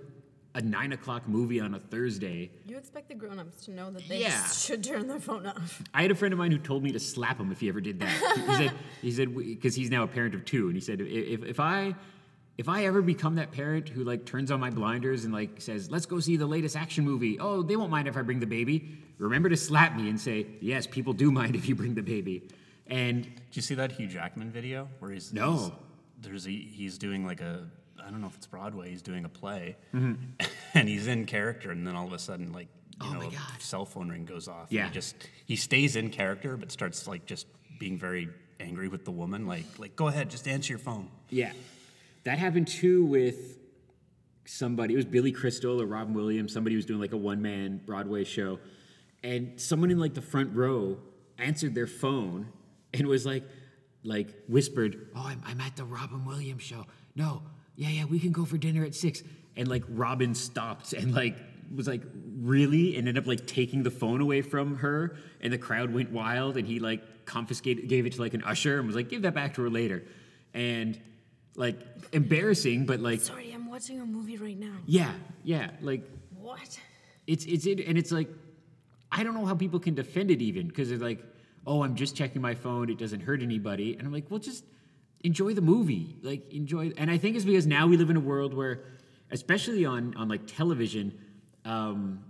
[SPEAKER 1] a nine o'clock movie on a Thursday
[SPEAKER 3] You expect the grown-ups to know that they
[SPEAKER 1] Yeah.
[SPEAKER 3] should turn their phone off.
[SPEAKER 1] I had a friend of mine who told me to slap him if he ever did that. He said, he said, because he's now a parent of two, and he said, if, if I, if I ever become that parent who like turns on my blinders and like says, let's go see the latest action movie. Oh, they won't mind if I bring the baby. Remember to slap me and say, yes, people do mind if you bring the baby. And
[SPEAKER 2] Did you see that Hugh Jackman video where he's
[SPEAKER 1] No.
[SPEAKER 2] he's- there's a, he's doing like a I don't know if it's Broadway. He's doing a play, and he's in character, and then all of a sudden, like you
[SPEAKER 1] Mm-hmm. Oh my
[SPEAKER 2] know, a
[SPEAKER 1] God.
[SPEAKER 2] cell phone ring goes off. and
[SPEAKER 1] Yeah.
[SPEAKER 2] he just he stays in character, but starts like just being very angry with the woman. Like like go ahead, just answer your phone.
[SPEAKER 1] Yeah. That happened too with somebody. It was Billy Crystal or Robin Williams. Somebody was doing like a one man Broadway show. And someone in like the front row answered their phone and was like, like whispered, Oh, I'm, I'm at the Robin Williams show. No, yeah, yeah, we can go for dinner at six. And like Robin stopped and like was like, Really? And ended up like taking the phone away from her. And the crowd went wild and he like confiscated, gave it to like an usher and was like, Give that back to her later. And like embarrassing, but like
[SPEAKER 3] Sorry, I'm watching a movie right now.
[SPEAKER 1] yeah, yeah, like
[SPEAKER 3] What?
[SPEAKER 1] it's it's it, and it's like I don't know how people can defend it even because they're like, oh, I'm just checking my phone; it doesn't hurt anybody, and I'm like, well, just enjoy the movie, like enjoy. And I think it's because now we live in a world where, especially on on like television, um,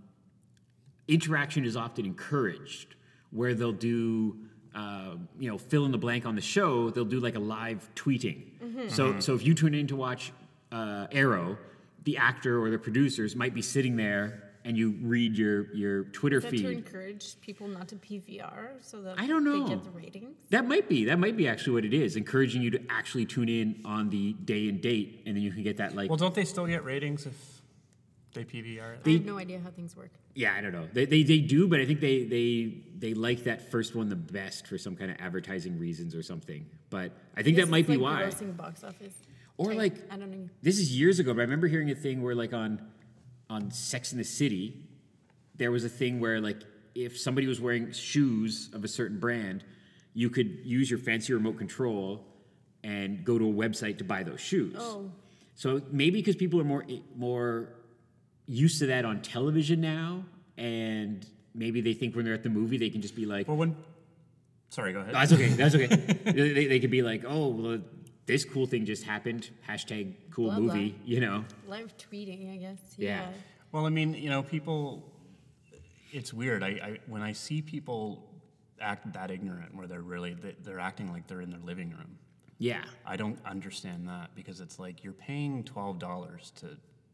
[SPEAKER 1] interaction is often encouraged where they'll do uh, you know fill in the blank on the show they'll do like a live tweeting so so if you tune in to watch uh, arrow the actor or the producers might be sitting there and you read your your Twitter
[SPEAKER 3] Is that to
[SPEAKER 1] feed.
[SPEAKER 3] encourage people not to PVR so that
[SPEAKER 1] I don't
[SPEAKER 3] they
[SPEAKER 1] know.
[SPEAKER 3] get the ratings?
[SPEAKER 1] That might be. That might be actually what it is, encouraging you to actually tune in on the day and date, and then you can get that like.
[SPEAKER 2] Well, don't they still get ratings if they PVR it?
[SPEAKER 3] I have no idea how things work.
[SPEAKER 1] yeah, I don't know. They, they they do, but I think they they they like that first one the best for some kind of advertising reasons or something. But I think that
[SPEAKER 3] This
[SPEAKER 1] might
[SPEAKER 3] is
[SPEAKER 1] be
[SPEAKER 3] like
[SPEAKER 1] why.
[SPEAKER 3] grossing box office.
[SPEAKER 1] Or
[SPEAKER 3] type.
[SPEAKER 1] like-
[SPEAKER 3] I don't know.
[SPEAKER 1] This is years ago, but I remember hearing a thing where like on on Sex in the City, there was a thing where like if somebody was wearing shoes of a certain brand, you could use your fancy remote control and go to a website to buy those shoes.
[SPEAKER 3] Oh.
[SPEAKER 1] So maybe because people are more eh, more used to that on television now and maybe they think when they're at the movie they can just be like
[SPEAKER 2] Well, when. Sorry, go ahead.
[SPEAKER 1] that's okay. That's okay. they, they- they could be like, oh, well, this cool thing just happened. Hashtag cool
[SPEAKER 3] Blah, blah.
[SPEAKER 1] movie. You know.
[SPEAKER 3] Live tweeting, I guess.
[SPEAKER 1] Yeah.
[SPEAKER 2] Well, I mean, you know, people. It's weird. I, I when I see people act that ignorant, where they're really they- they're acting like they're in their living room.
[SPEAKER 1] Yeah.
[SPEAKER 2] I don't understand that because it's like you're paying twelve dollars to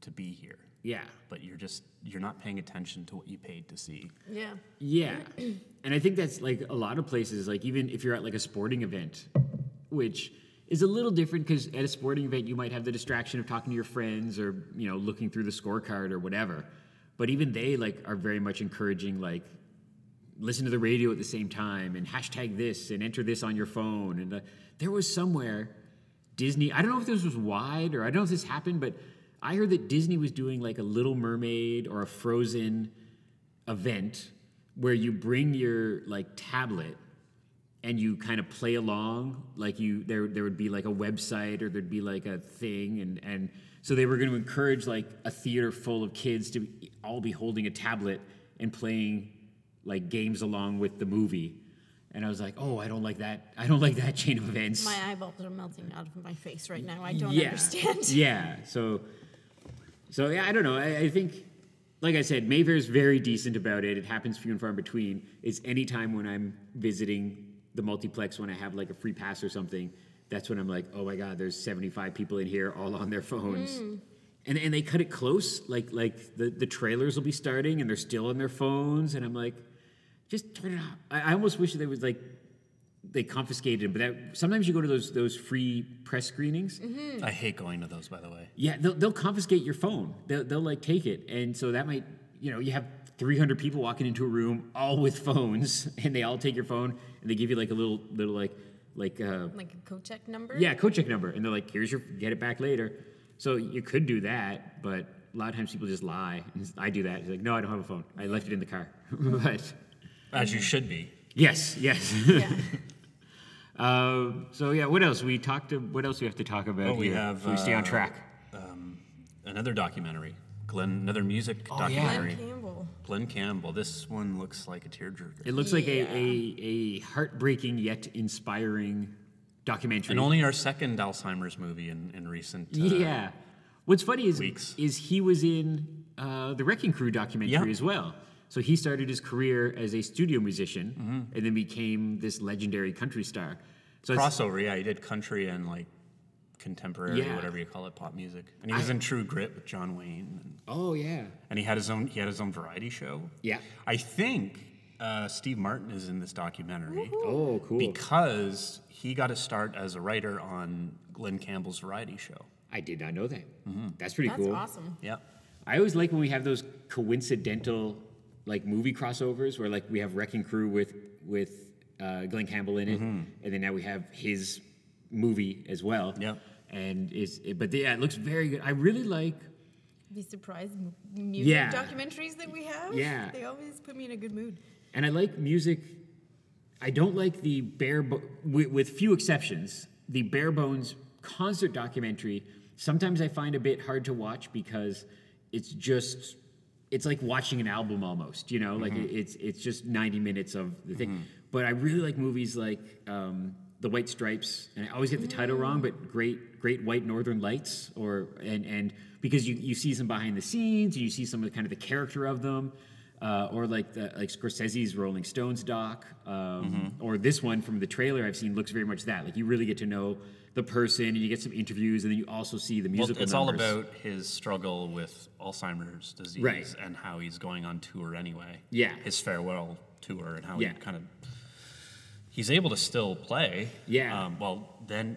[SPEAKER 2] to be here,
[SPEAKER 1] Yeah.
[SPEAKER 2] but you're just you're not paying attention to what you paid to see.
[SPEAKER 3] Yeah.
[SPEAKER 1] Yeah. and I think that's like a lot of places. Like even if you're at like a sporting event, which is a little different because at a sporting event you might have the distraction of talking to your friends or you know looking through the scorecard or whatever. But even they like are very much encouraging like listen to the radio at the same time and hashtag this and enter this on your phone. And uh, there was somewhere Disney, I don't know if this was wide or I don't know if this happened, but I heard that Disney was doing like a Little Mermaid or a Frozen event where you bring your like tablet and you kind of play along like you there there would be like a website or there'd be like a thing and and so they were going to encourage like a theater full of kids to all be holding a tablet and playing like games along with the movie and i was like oh i don't like that i don't like that chain of events
[SPEAKER 3] My eyeballs are melting out of my face right now. I don't
[SPEAKER 1] yeah.
[SPEAKER 3] understand.
[SPEAKER 1] Yeah. So, so yeah, I don't know. I, I think, like I said, Mayfair's very decent about it. It happens few and far in between. It's any time when I'm visiting the multiplex when I have like a free pass or something. That's when I'm like, oh my god, there's 75 people in here all on their phones.
[SPEAKER 3] Hmm.
[SPEAKER 1] And, and they cut it close, like like the, the trailers will be starting and they're still on their phones, and I'm like, just turn it off. I, I almost wish they would like they confiscated, it, but that sometimes you go to those those free press screenings,
[SPEAKER 2] I hate going to those, by the way.
[SPEAKER 1] yeah, they'll, they'll confiscate your phone. They'll, they'll like take it, and so that might you know you have 300 people walking into a room all with phones, and they all take your phone, and they give you like a little little like like uh,
[SPEAKER 3] Like a code check number?
[SPEAKER 1] yeah code check number, and they're like here's your get it back later. So you could do that, but a lot of times people just lie. And I do that. It's like no, I don't have a phone. I left it in the car. but
[SPEAKER 2] As you should be.
[SPEAKER 1] yes, yes.
[SPEAKER 3] Yeah.
[SPEAKER 1] Um, so yeah, what else? We talked. To, what else we have to talk about?
[SPEAKER 2] Well, we
[SPEAKER 1] here?
[SPEAKER 2] have,
[SPEAKER 1] Should we stay on
[SPEAKER 2] uh,
[SPEAKER 1] track.
[SPEAKER 2] Um, Another documentary, Glenn. Another music
[SPEAKER 1] Oh, yeah.
[SPEAKER 3] Glenn
[SPEAKER 2] documentary.
[SPEAKER 3] Campbell.
[SPEAKER 2] Glenn Campbell. This one looks like a tearjerker.
[SPEAKER 1] It looks like a,
[SPEAKER 3] Yeah.
[SPEAKER 1] a, a heartbreaking yet inspiring documentary.
[SPEAKER 2] and only our second Alzheimer's movie in, in recent uh,
[SPEAKER 1] yeah. What's funny is
[SPEAKER 2] weeks.
[SPEAKER 1] is he was in uh, the Wrecking Crew documentary
[SPEAKER 2] Yeah.
[SPEAKER 1] as well. So he started his career as a studio musician
[SPEAKER 2] Mm-hmm.
[SPEAKER 1] and then became this legendary country star. So it's,
[SPEAKER 2] crossover. Yeah, he did country and like contemporary,
[SPEAKER 1] Yeah.
[SPEAKER 2] whatever you call it, pop music. And he was in True Grit with John Wayne, and,
[SPEAKER 1] oh yeah,
[SPEAKER 2] and he had his own he had his own variety show.
[SPEAKER 1] yeah.
[SPEAKER 2] I think uh, Steve Martin is in this documentary
[SPEAKER 1] Oh cool.
[SPEAKER 2] because he got a start as a writer on Glenn Campbell's variety show.
[SPEAKER 1] I did not know that.
[SPEAKER 2] Mm-hmm.
[SPEAKER 1] That's pretty
[SPEAKER 3] That's
[SPEAKER 1] cool.
[SPEAKER 3] awesome.
[SPEAKER 2] Yeah.
[SPEAKER 1] I always like when we have those coincidental like movie crossovers where like we have Wrecking Crew with with uh, Glenn Campbell in it, and then now we have his movie as well.
[SPEAKER 2] Yep.
[SPEAKER 1] And it's it, but yeah, it looks very good. I really like.
[SPEAKER 3] Be surprised m- music
[SPEAKER 1] Yeah.
[SPEAKER 3] documentaries that we have.
[SPEAKER 1] Yeah.
[SPEAKER 3] They always put me in a good mood.
[SPEAKER 1] and I like music. I don't like the bare, bo- with, with few exceptions, the bare bones concert documentary. Sometimes I find a bit hard to watch because it's just, it's like watching an album almost. You know, like it, it's it's just ninety minutes of the thing. But I really like movies like um, The White Stripes, and I always get the title wrong, but Great Great White Northern Lights, or and and because you you see some behind the scenes, you see some of the kind of the character of them. uh, or like the, like Scorsese's Rolling Stones doc, um,
[SPEAKER 2] Mm-hmm.
[SPEAKER 1] or this one from the trailer I've seen looks very much that. Like you really get to know the person, and you get some interviews, and then you also see the
[SPEAKER 2] Well,
[SPEAKER 1] musical.
[SPEAKER 2] it's all
[SPEAKER 1] numbers.
[SPEAKER 2] about his struggle with Alzheimer's disease
[SPEAKER 1] Right.
[SPEAKER 2] and how he's going on tour anyway.
[SPEAKER 1] Yeah.
[SPEAKER 2] His farewell tour and how
[SPEAKER 1] Yeah.
[SPEAKER 2] he kind of he's able to still play.
[SPEAKER 1] Yeah.
[SPEAKER 2] Um, well, then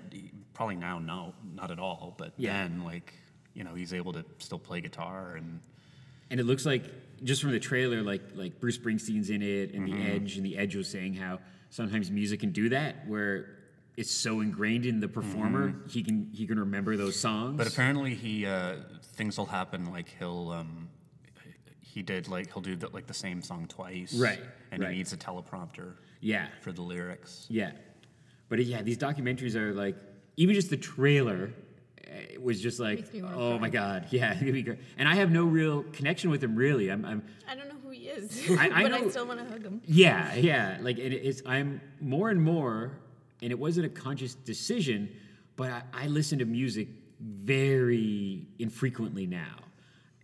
[SPEAKER 2] probably now no, not at all. But
[SPEAKER 1] Yeah.
[SPEAKER 2] then like you know he's able to still play guitar and
[SPEAKER 1] and it looks like just from the trailer, like like Bruce Springsteen's in it, and
[SPEAKER 2] Mm-hmm.
[SPEAKER 1] the Edge, and the Edge was saying how sometimes music can do that, where it's so ingrained in the performer, he can he can remember those songs.
[SPEAKER 2] Mm-hmm. But apparently, he uh, things will happen. Like he'll um, he did like he'll do the, like the same song twice.
[SPEAKER 1] Right,
[SPEAKER 2] And
[SPEAKER 1] right.
[SPEAKER 2] he needs a teleprompter
[SPEAKER 1] yeah,
[SPEAKER 2] for the lyrics.
[SPEAKER 1] yeah. But uh, yeah, these documentaries are like even just the trailer uh, was just like,
[SPEAKER 3] Makes me wanna
[SPEAKER 1] oh
[SPEAKER 3] cry.
[SPEAKER 1] my god, yeah, it'd be great. And I have no real connection with him really. I'm, I'm
[SPEAKER 3] I don't know who he is,
[SPEAKER 1] I- I
[SPEAKER 3] but
[SPEAKER 1] know-
[SPEAKER 3] I still want to hug him.
[SPEAKER 1] Yeah, yeah. Like it, it's I'm more and more, and it wasn't a conscious decision, but I, I listen to music very infrequently now.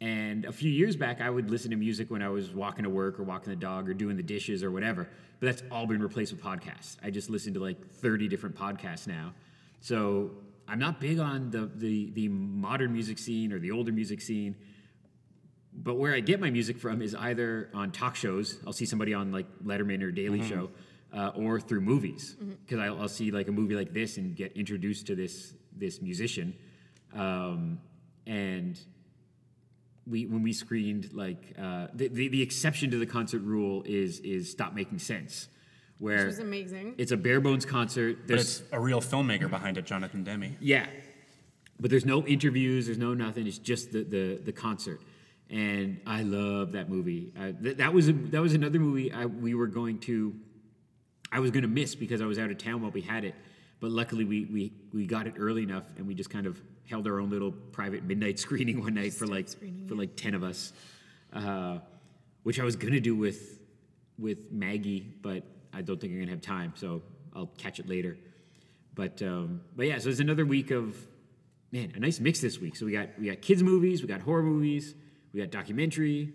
[SPEAKER 1] And a few years back, I would listen to music when I was walking to work or walking the dog or doing the dishes or whatever. But that's all been replaced with podcasts. I just listen to like 30 different podcasts now. So I'm not big on the the, the modern music scene or the older music scene but where I get my music from is either on talk shows. I'll see somebody on like Letterman or
[SPEAKER 2] Mm-hmm.
[SPEAKER 1] Daily Show, uh, or through movies
[SPEAKER 3] Mm-hmm.
[SPEAKER 1] because I'll, I'll see like a movie like this and get introduced to this this musician. Um, and we when we screened like uh, the, the the exception to the concert rule is is stop making sense, where
[SPEAKER 3] Which was amazing.
[SPEAKER 1] it's a bare bones concert.
[SPEAKER 2] But
[SPEAKER 1] There's
[SPEAKER 2] it's a real filmmaker behind it, Jonathan Demme.
[SPEAKER 1] yeah. But there's no interviews, there's no nothing. It's just the the, the concert. And I love that movie. I, th- that was a, that was another movie I, we were going to I was going to miss because I was out of town while we had it. But luckily we, we we got it early enough and we just kind of held our own little private midnight screening one night for like
[SPEAKER 3] screening,
[SPEAKER 1] for like 10 of us. Uh, which I was going to do with with Maggie, but I don't think I'm going to have time, so I'll catch it later. But um, but yeah, so it's another week of man, a nice mix this week. So we got we got kids movies, we got horror movies, we got documentary.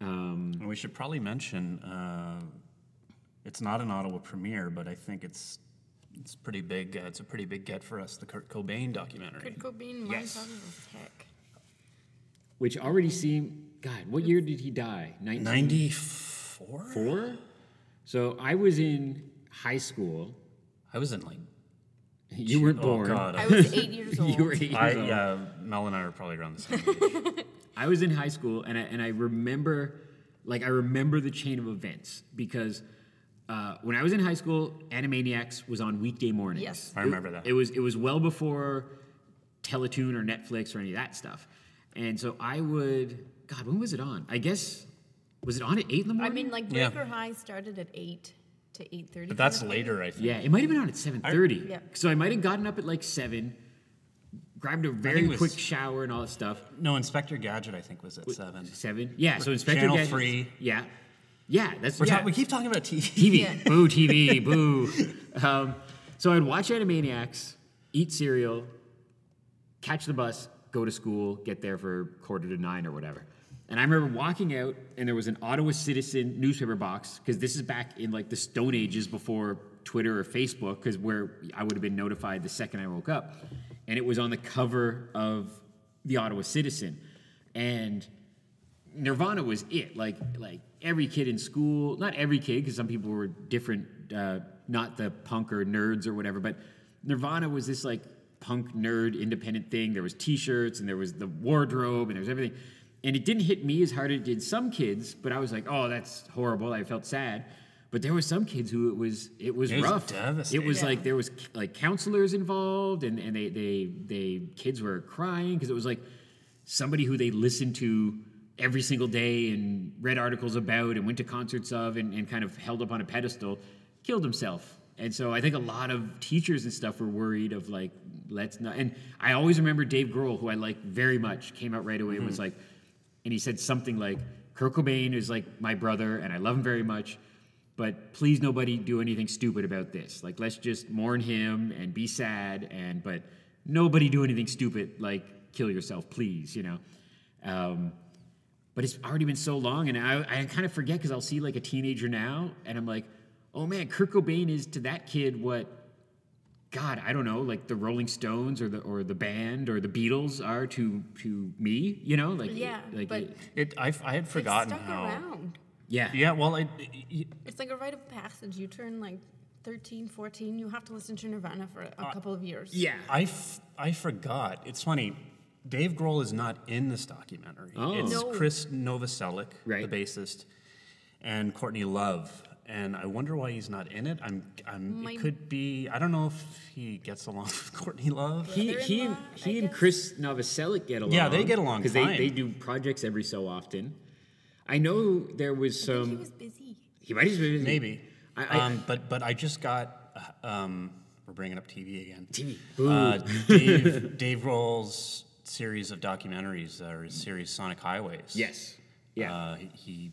[SPEAKER 2] And we should probably mention uh, it's not an Ottawa premiere, but I think it's it's pretty big. Uh, it's a pretty big get for us. The Kurt Cobain documentary.
[SPEAKER 3] Kurt Cobain,
[SPEAKER 2] Yes.
[SPEAKER 3] yes. out of tech.
[SPEAKER 1] which already seem God, what year did he die? 1994?
[SPEAKER 2] Ninety four.
[SPEAKER 1] So I was in high school.
[SPEAKER 2] I was in like.
[SPEAKER 1] You weren't born.
[SPEAKER 2] Oh God.
[SPEAKER 3] I was eight years old.
[SPEAKER 1] You were eight
[SPEAKER 2] I,
[SPEAKER 1] years old.
[SPEAKER 2] yeah, Mel and I are probably around the same age.
[SPEAKER 1] I was in high school, and I and I remember, like I remember the chain of events because uh, when I was in high school, Animaniacs was on weekday mornings.
[SPEAKER 3] Yes.
[SPEAKER 2] I remember that.
[SPEAKER 1] It, was it was well before Teletoon or Netflix or any of that stuff, and so I would. God, when was it on? I guess was it on at eight in the
[SPEAKER 3] I
[SPEAKER 1] morning?
[SPEAKER 3] mean, like
[SPEAKER 2] Yeah.
[SPEAKER 3] Breaker High started at eight to eight thirty.
[SPEAKER 2] But that's later, I think.
[SPEAKER 1] Yeah, it might have been on at seven thirty.
[SPEAKER 3] Yeah.
[SPEAKER 1] So I might have gotten up at like seven, grabbed a very
[SPEAKER 2] it was-
[SPEAKER 1] quick shower and all that stuff.
[SPEAKER 2] No, Inspector Gadget, I think, was at seven.
[SPEAKER 1] Seven. Yeah. So Inspector
[SPEAKER 2] Channel
[SPEAKER 1] Gadget's-
[SPEAKER 2] three.
[SPEAKER 1] Yeah. Yeah. That's
[SPEAKER 2] We're
[SPEAKER 1] yeah.
[SPEAKER 2] talk- we keep talking about TV.
[SPEAKER 1] TV.
[SPEAKER 3] Yeah.
[SPEAKER 1] Boo TV. boo. Um, so I'd watch Animaniacs, eat cereal, catch the bus, go to school, get there for quarter to nine or whatever. And I remember walking out, and there was an Ottawa Citizen newspaper box because this is back in like the Stone Ages before Twitter or Facebook, because where I would have been notified the second I woke up. And it was on the cover of the Ottawa Citizen, and Nirvana was it. Like like every kid in school, not every kid, because some people were different, uh, not the punk or nerds or whatever. But Nirvana was this like punk nerd independent thing. There was T-shirts and there was the wardrobe and there was everything. And it didn't hit me as hard as it did some kids, but I was like, oh, that's horrible. I felt sad. But there were some kids who it was it was
[SPEAKER 2] It was
[SPEAKER 1] rough. It
[SPEAKER 2] devastating.
[SPEAKER 1] was
[SPEAKER 3] Yeah.
[SPEAKER 1] like there was like counselors involved and, and they, they they kids were crying because it was like somebody who they listened to every single day and read articles about and went to concerts of and, and kind of held up on a pedestal killed himself and so i think a lot of teachers and stuff were worried of like let's not and i always remember dave grohl who i like very much came out right away and was like and he said something like kurt cobain is like my brother and i love him very much but please nobody do anything stupid about this like let's just mourn him and be sad and but nobody do anything stupid like kill yourself please you know um, But it's already been so long, and I, I kind of forget because I'll see like a teenager now, and I'm like, oh man, Kurt Cobain is to that kid what, God, I don't know, like the Rolling Stones or the or the band or the Beatles are to to me, you know, like it-
[SPEAKER 3] Yeah,
[SPEAKER 1] like
[SPEAKER 3] but-
[SPEAKER 1] it-
[SPEAKER 2] It, I, I had forgotten
[SPEAKER 3] it's stuck
[SPEAKER 2] how.
[SPEAKER 3] around.
[SPEAKER 1] yeah,
[SPEAKER 2] Yeah, well, I, y-
[SPEAKER 3] It's like a rite of passage. You turn like 13, 14, you have to listen to Nirvana for a couple of years.
[SPEAKER 1] Uh, yeah.
[SPEAKER 2] I, f- I forgot. It's funny. Dave Grohl is not in this documentary.
[SPEAKER 1] Oh.
[SPEAKER 2] It's
[SPEAKER 3] No.
[SPEAKER 2] Chris Novoselic,
[SPEAKER 1] Right.
[SPEAKER 2] the bassist, and Courtney Love. And I wonder why he's not in it. I'm, I'm
[SPEAKER 3] My-
[SPEAKER 2] it could be. I don't know if he gets along with Courtney Love.
[SPEAKER 1] He he and,
[SPEAKER 3] brother-in-law,
[SPEAKER 1] he
[SPEAKER 3] I
[SPEAKER 1] and
[SPEAKER 3] guess.
[SPEAKER 1] Chris Novoselic get along.
[SPEAKER 2] Yeah, they get along
[SPEAKER 1] because they,
[SPEAKER 2] fine.
[SPEAKER 1] they do projects every so often. I know there was
[SPEAKER 3] I think he
[SPEAKER 1] some.
[SPEAKER 3] was busy.
[SPEAKER 1] He might have been
[SPEAKER 2] Maybe.
[SPEAKER 1] I- I-
[SPEAKER 2] um, but but I just got. uh, Um, we're bringing up TV again.
[SPEAKER 1] TV.
[SPEAKER 2] Uh, Dave Dave Grohl's series of documentaries, or his series Sonic Highways.
[SPEAKER 1] Yes. Yeah.
[SPEAKER 2] Uh, he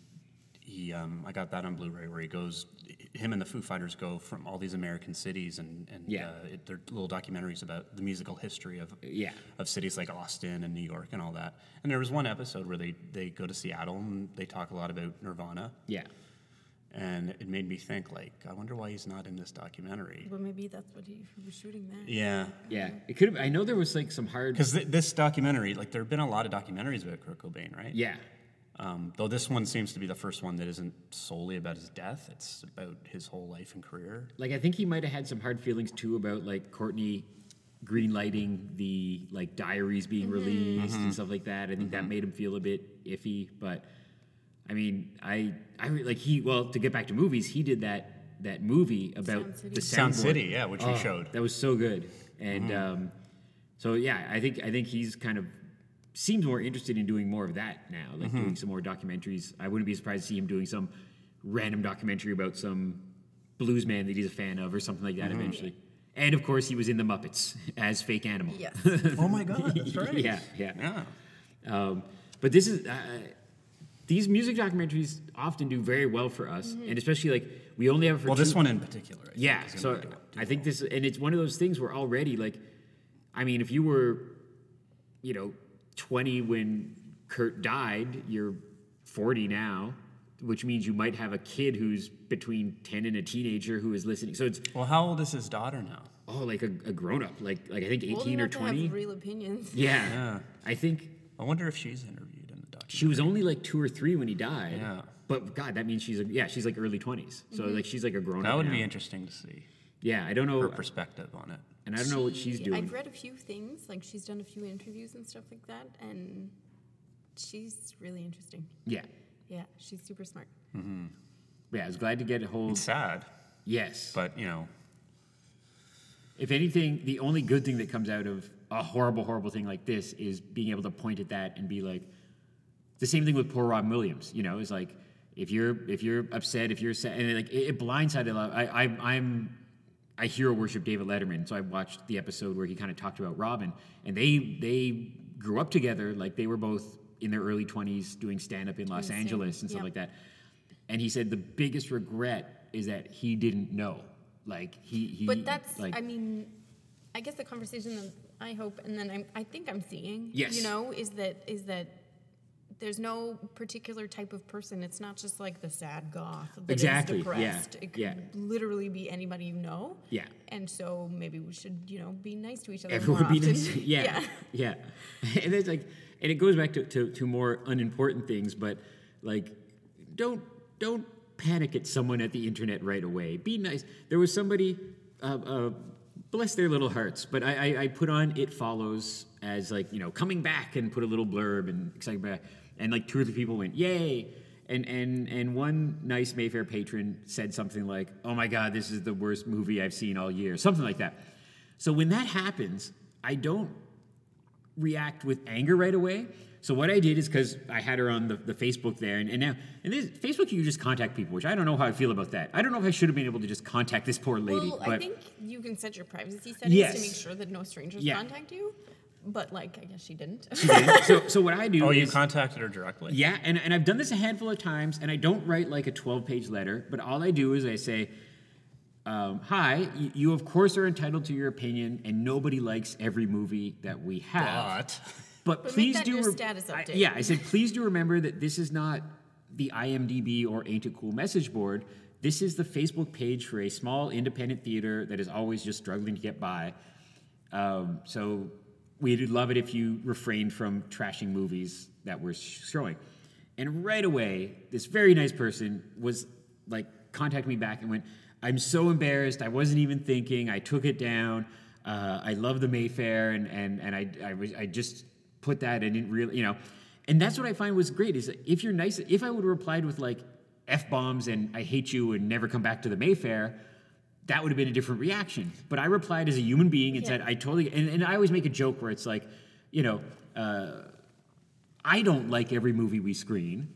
[SPEAKER 2] he. Um, I got that on Blu-ray where he goes. Him and the Foo Fighters go from all these American cities, and and
[SPEAKER 1] Yeah.
[SPEAKER 2] uh, it, they're little documentaries about the musical history of
[SPEAKER 1] Yeah.
[SPEAKER 2] of cities like Austin and New York and all that. And there was one episode where they they go to Seattle and they talk a lot about Nirvana,
[SPEAKER 1] yeah.
[SPEAKER 2] and it made me think like, I wonder why he's not in this documentary.
[SPEAKER 3] But maybe that's what he was shooting there.
[SPEAKER 2] Yeah.
[SPEAKER 1] Yeah. It could have. I know there was like some hard.
[SPEAKER 2] Because th- this documentary, like, there have been a lot of documentaries about Kurt Cobain, right?
[SPEAKER 1] Yeah.
[SPEAKER 2] Um, though this one seems to be the first one that isn't solely about his death; it's about his whole life and career.
[SPEAKER 1] Like I think he might have had some hard feelings too about like Courtney greenlighting the like diaries being
[SPEAKER 3] Mm-hmm.
[SPEAKER 1] released
[SPEAKER 2] Mm-hmm.
[SPEAKER 1] and stuff like that. I think that made him feel a bit iffy, but I mean, I I re- like he well to get back to movies, he did that that movie about
[SPEAKER 3] Sound City.
[SPEAKER 1] the
[SPEAKER 2] Sound
[SPEAKER 1] soundboard.
[SPEAKER 2] City, yeah, which we
[SPEAKER 1] Oh,
[SPEAKER 2] showed. Mm-hmm.
[SPEAKER 1] That was so good. And um, so yeah, I think I think he's kind of seems more interested in doing more of that now, like
[SPEAKER 2] Mm-hmm.
[SPEAKER 1] doing some more documentaries. I wouldn't be surprised to see him doing some random documentary about some blues man that he's a fan of or something like that
[SPEAKER 2] Mm-hmm.
[SPEAKER 1] eventually. And of course, he was in the Muppets as fake animal.
[SPEAKER 3] Yes.
[SPEAKER 2] oh my God, that's right.
[SPEAKER 1] yeah, yeah.
[SPEAKER 2] yeah.
[SPEAKER 1] Um, but this is uh, these music documentaries often do very well for us, and especially like we only have it for
[SPEAKER 2] Well,
[SPEAKER 1] two-
[SPEAKER 2] this one in particular. I think,
[SPEAKER 1] yeah,
[SPEAKER 2] is gonna
[SPEAKER 1] so
[SPEAKER 2] do it- do
[SPEAKER 1] I think this, and it's one of those things where already, like, I mean, if you were, you know, 20 when Kurt died, you're 40 now, which means you might have a kid who's between 10 and a teenager who is listening. So it's,
[SPEAKER 2] Well, how old is his daughter now?
[SPEAKER 1] oh, like a, a grown up, like, like I think
[SPEAKER 3] Old
[SPEAKER 1] 18 or
[SPEAKER 3] enough to have
[SPEAKER 1] 20.
[SPEAKER 3] real opinions.
[SPEAKER 1] yeah.
[SPEAKER 2] Yeah.
[SPEAKER 1] I think
[SPEAKER 2] I wonder if she's interviewed in the documentary.
[SPEAKER 1] she was only like two or three when he died.
[SPEAKER 2] Yeah.
[SPEAKER 1] But God, that means she's a, yeah, she's like early 20s. So
[SPEAKER 3] Mm-hmm.
[SPEAKER 1] like she's like a grown up.
[SPEAKER 2] that would
[SPEAKER 1] now.
[SPEAKER 2] be interesting to see
[SPEAKER 1] Yeah, I don't know.
[SPEAKER 2] her perspective on it.
[SPEAKER 1] And I don't know what she's
[SPEAKER 3] She-
[SPEAKER 1] doing.
[SPEAKER 3] I've read a few things, like she's done a few interviews and stuff like that, and she's really interesting.
[SPEAKER 1] yeah.
[SPEAKER 3] Yeah, she's super smart.
[SPEAKER 1] Yeah, I was glad to get a hold.
[SPEAKER 2] It's sad,
[SPEAKER 1] Yes.
[SPEAKER 2] but you know,
[SPEAKER 1] If anything, the only good thing that comes out of a horrible, horrible thing like this is being able to point at that and be like, the same thing with poor Rob Williams. You know, is like if you're if you're upset, if you're sad, and like it, it blindsided. a lot. I, I I'm I hero worship David Letterman, so I watched the episode where he kind of talked about Robin, and they they grew up together. Like they were both in their early 20s doing stand up in Los
[SPEAKER 3] same,
[SPEAKER 1] Angeles and stuff
[SPEAKER 3] yeah.
[SPEAKER 1] like that. And he said the biggest regret is that he didn't know. Like he, he
[SPEAKER 3] But that's,
[SPEAKER 1] like,
[SPEAKER 3] I mean, I guess the conversation that I hope, and then I'm, I think I'm seeing,
[SPEAKER 1] Yes.
[SPEAKER 3] you know, is that is that there's no particular type of person. It's not just like the sad goth that is
[SPEAKER 1] Exactly, yeah,
[SPEAKER 3] depressed. It could
[SPEAKER 1] yeah.
[SPEAKER 3] literally be anybody you know.
[SPEAKER 1] Yeah.
[SPEAKER 3] And so maybe we should, you know, be nice to each other.
[SPEAKER 1] everyone
[SPEAKER 3] more
[SPEAKER 1] be
[SPEAKER 3] often.
[SPEAKER 1] nice. Yeah, yeah. and it's like, and it goes back to, to, to more unimportant things, but like, don't don't panic at someone at the internet right away. Be nice. There was somebody, uh, uh, bless their little hearts, but I, I, I put on it follows as like you know coming back and put a little blurb and excited back, and like two or three people went yay. And, and and one nice Mayfair patron said something like, "Oh my God, this is the worst movie I've seen all year," something like that. So when that happens, I don't react with anger right away. So what I did is because I had her on the, the Facebook there, and, and now and this, Facebook you can just contact people, which I don't know how I feel about that. I don't know if I should have been able to just contact this poor lady.
[SPEAKER 3] Well,
[SPEAKER 1] but
[SPEAKER 3] I think you can set your privacy settings
[SPEAKER 1] Yes.
[SPEAKER 3] to make sure that no strangers
[SPEAKER 1] Yeah.
[SPEAKER 3] contact you. But like, I guess she didn't.
[SPEAKER 1] so so what I do.
[SPEAKER 2] oh, you
[SPEAKER 1] is-
[SPEAKER 2] contacted her directly.
[SPEAKER 1] Yeah, and, and I've done this a handful of times, and I don't write like a 12 page letter, but all I do is I say, um, hi, you, you of course are entitled to your opinion, and nobody likes every movie that we have.
[SPEAKER 2] But
[SPEAKER 1] But,
[SPEAKER 3] make
[SPEAKER 1] please
[SPEAKER 3] that
[SPEAKER 1] do
[SPEAKER 3] your
[SPEAKER 1] re-
[SPEAKER 3] status
[SPEAKER 1] I-
[SPEAKER 3] update.
[SPEAKER 1] yeah, I said please do remember that this is not the IMDb or Ain't It Cool message board. This is the Facebook page for a small independent theater that is always just struggling to get by. Um, so we'd love it if you refrained from trashing movies that we're sh- showing. And right away, this very nice person was like, contacted me back and went, I'm so embarrassed. I wasn't even thinking. I took it down. Uh, I love the Mayfair, and and and I I, was, I just put that. I didn't really, you know. And that's what I find was great is that if you're nice, if I would have replied with like f bombs and I hate you and never come back to the Mayfair, that would have been a different reaction. But I replied as a human being and
[SPEAKER 3] Yeah.
[SPEAKER 1] said, I totally, and, and I always make a joke where it's like, you know, uh, I don't like every movie we screen.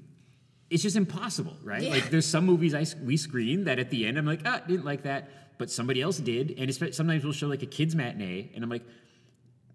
[SPEAKER 1] It's just impossible, right?
[SPEAKER 3] Yeah.
[SPEAKER 1] Like there's some movies I, s- we screen that at the end I'm like, ah, didn't like that, but somebody else did. And it's, sometimes we'll show like a kids matinee, and I'm like,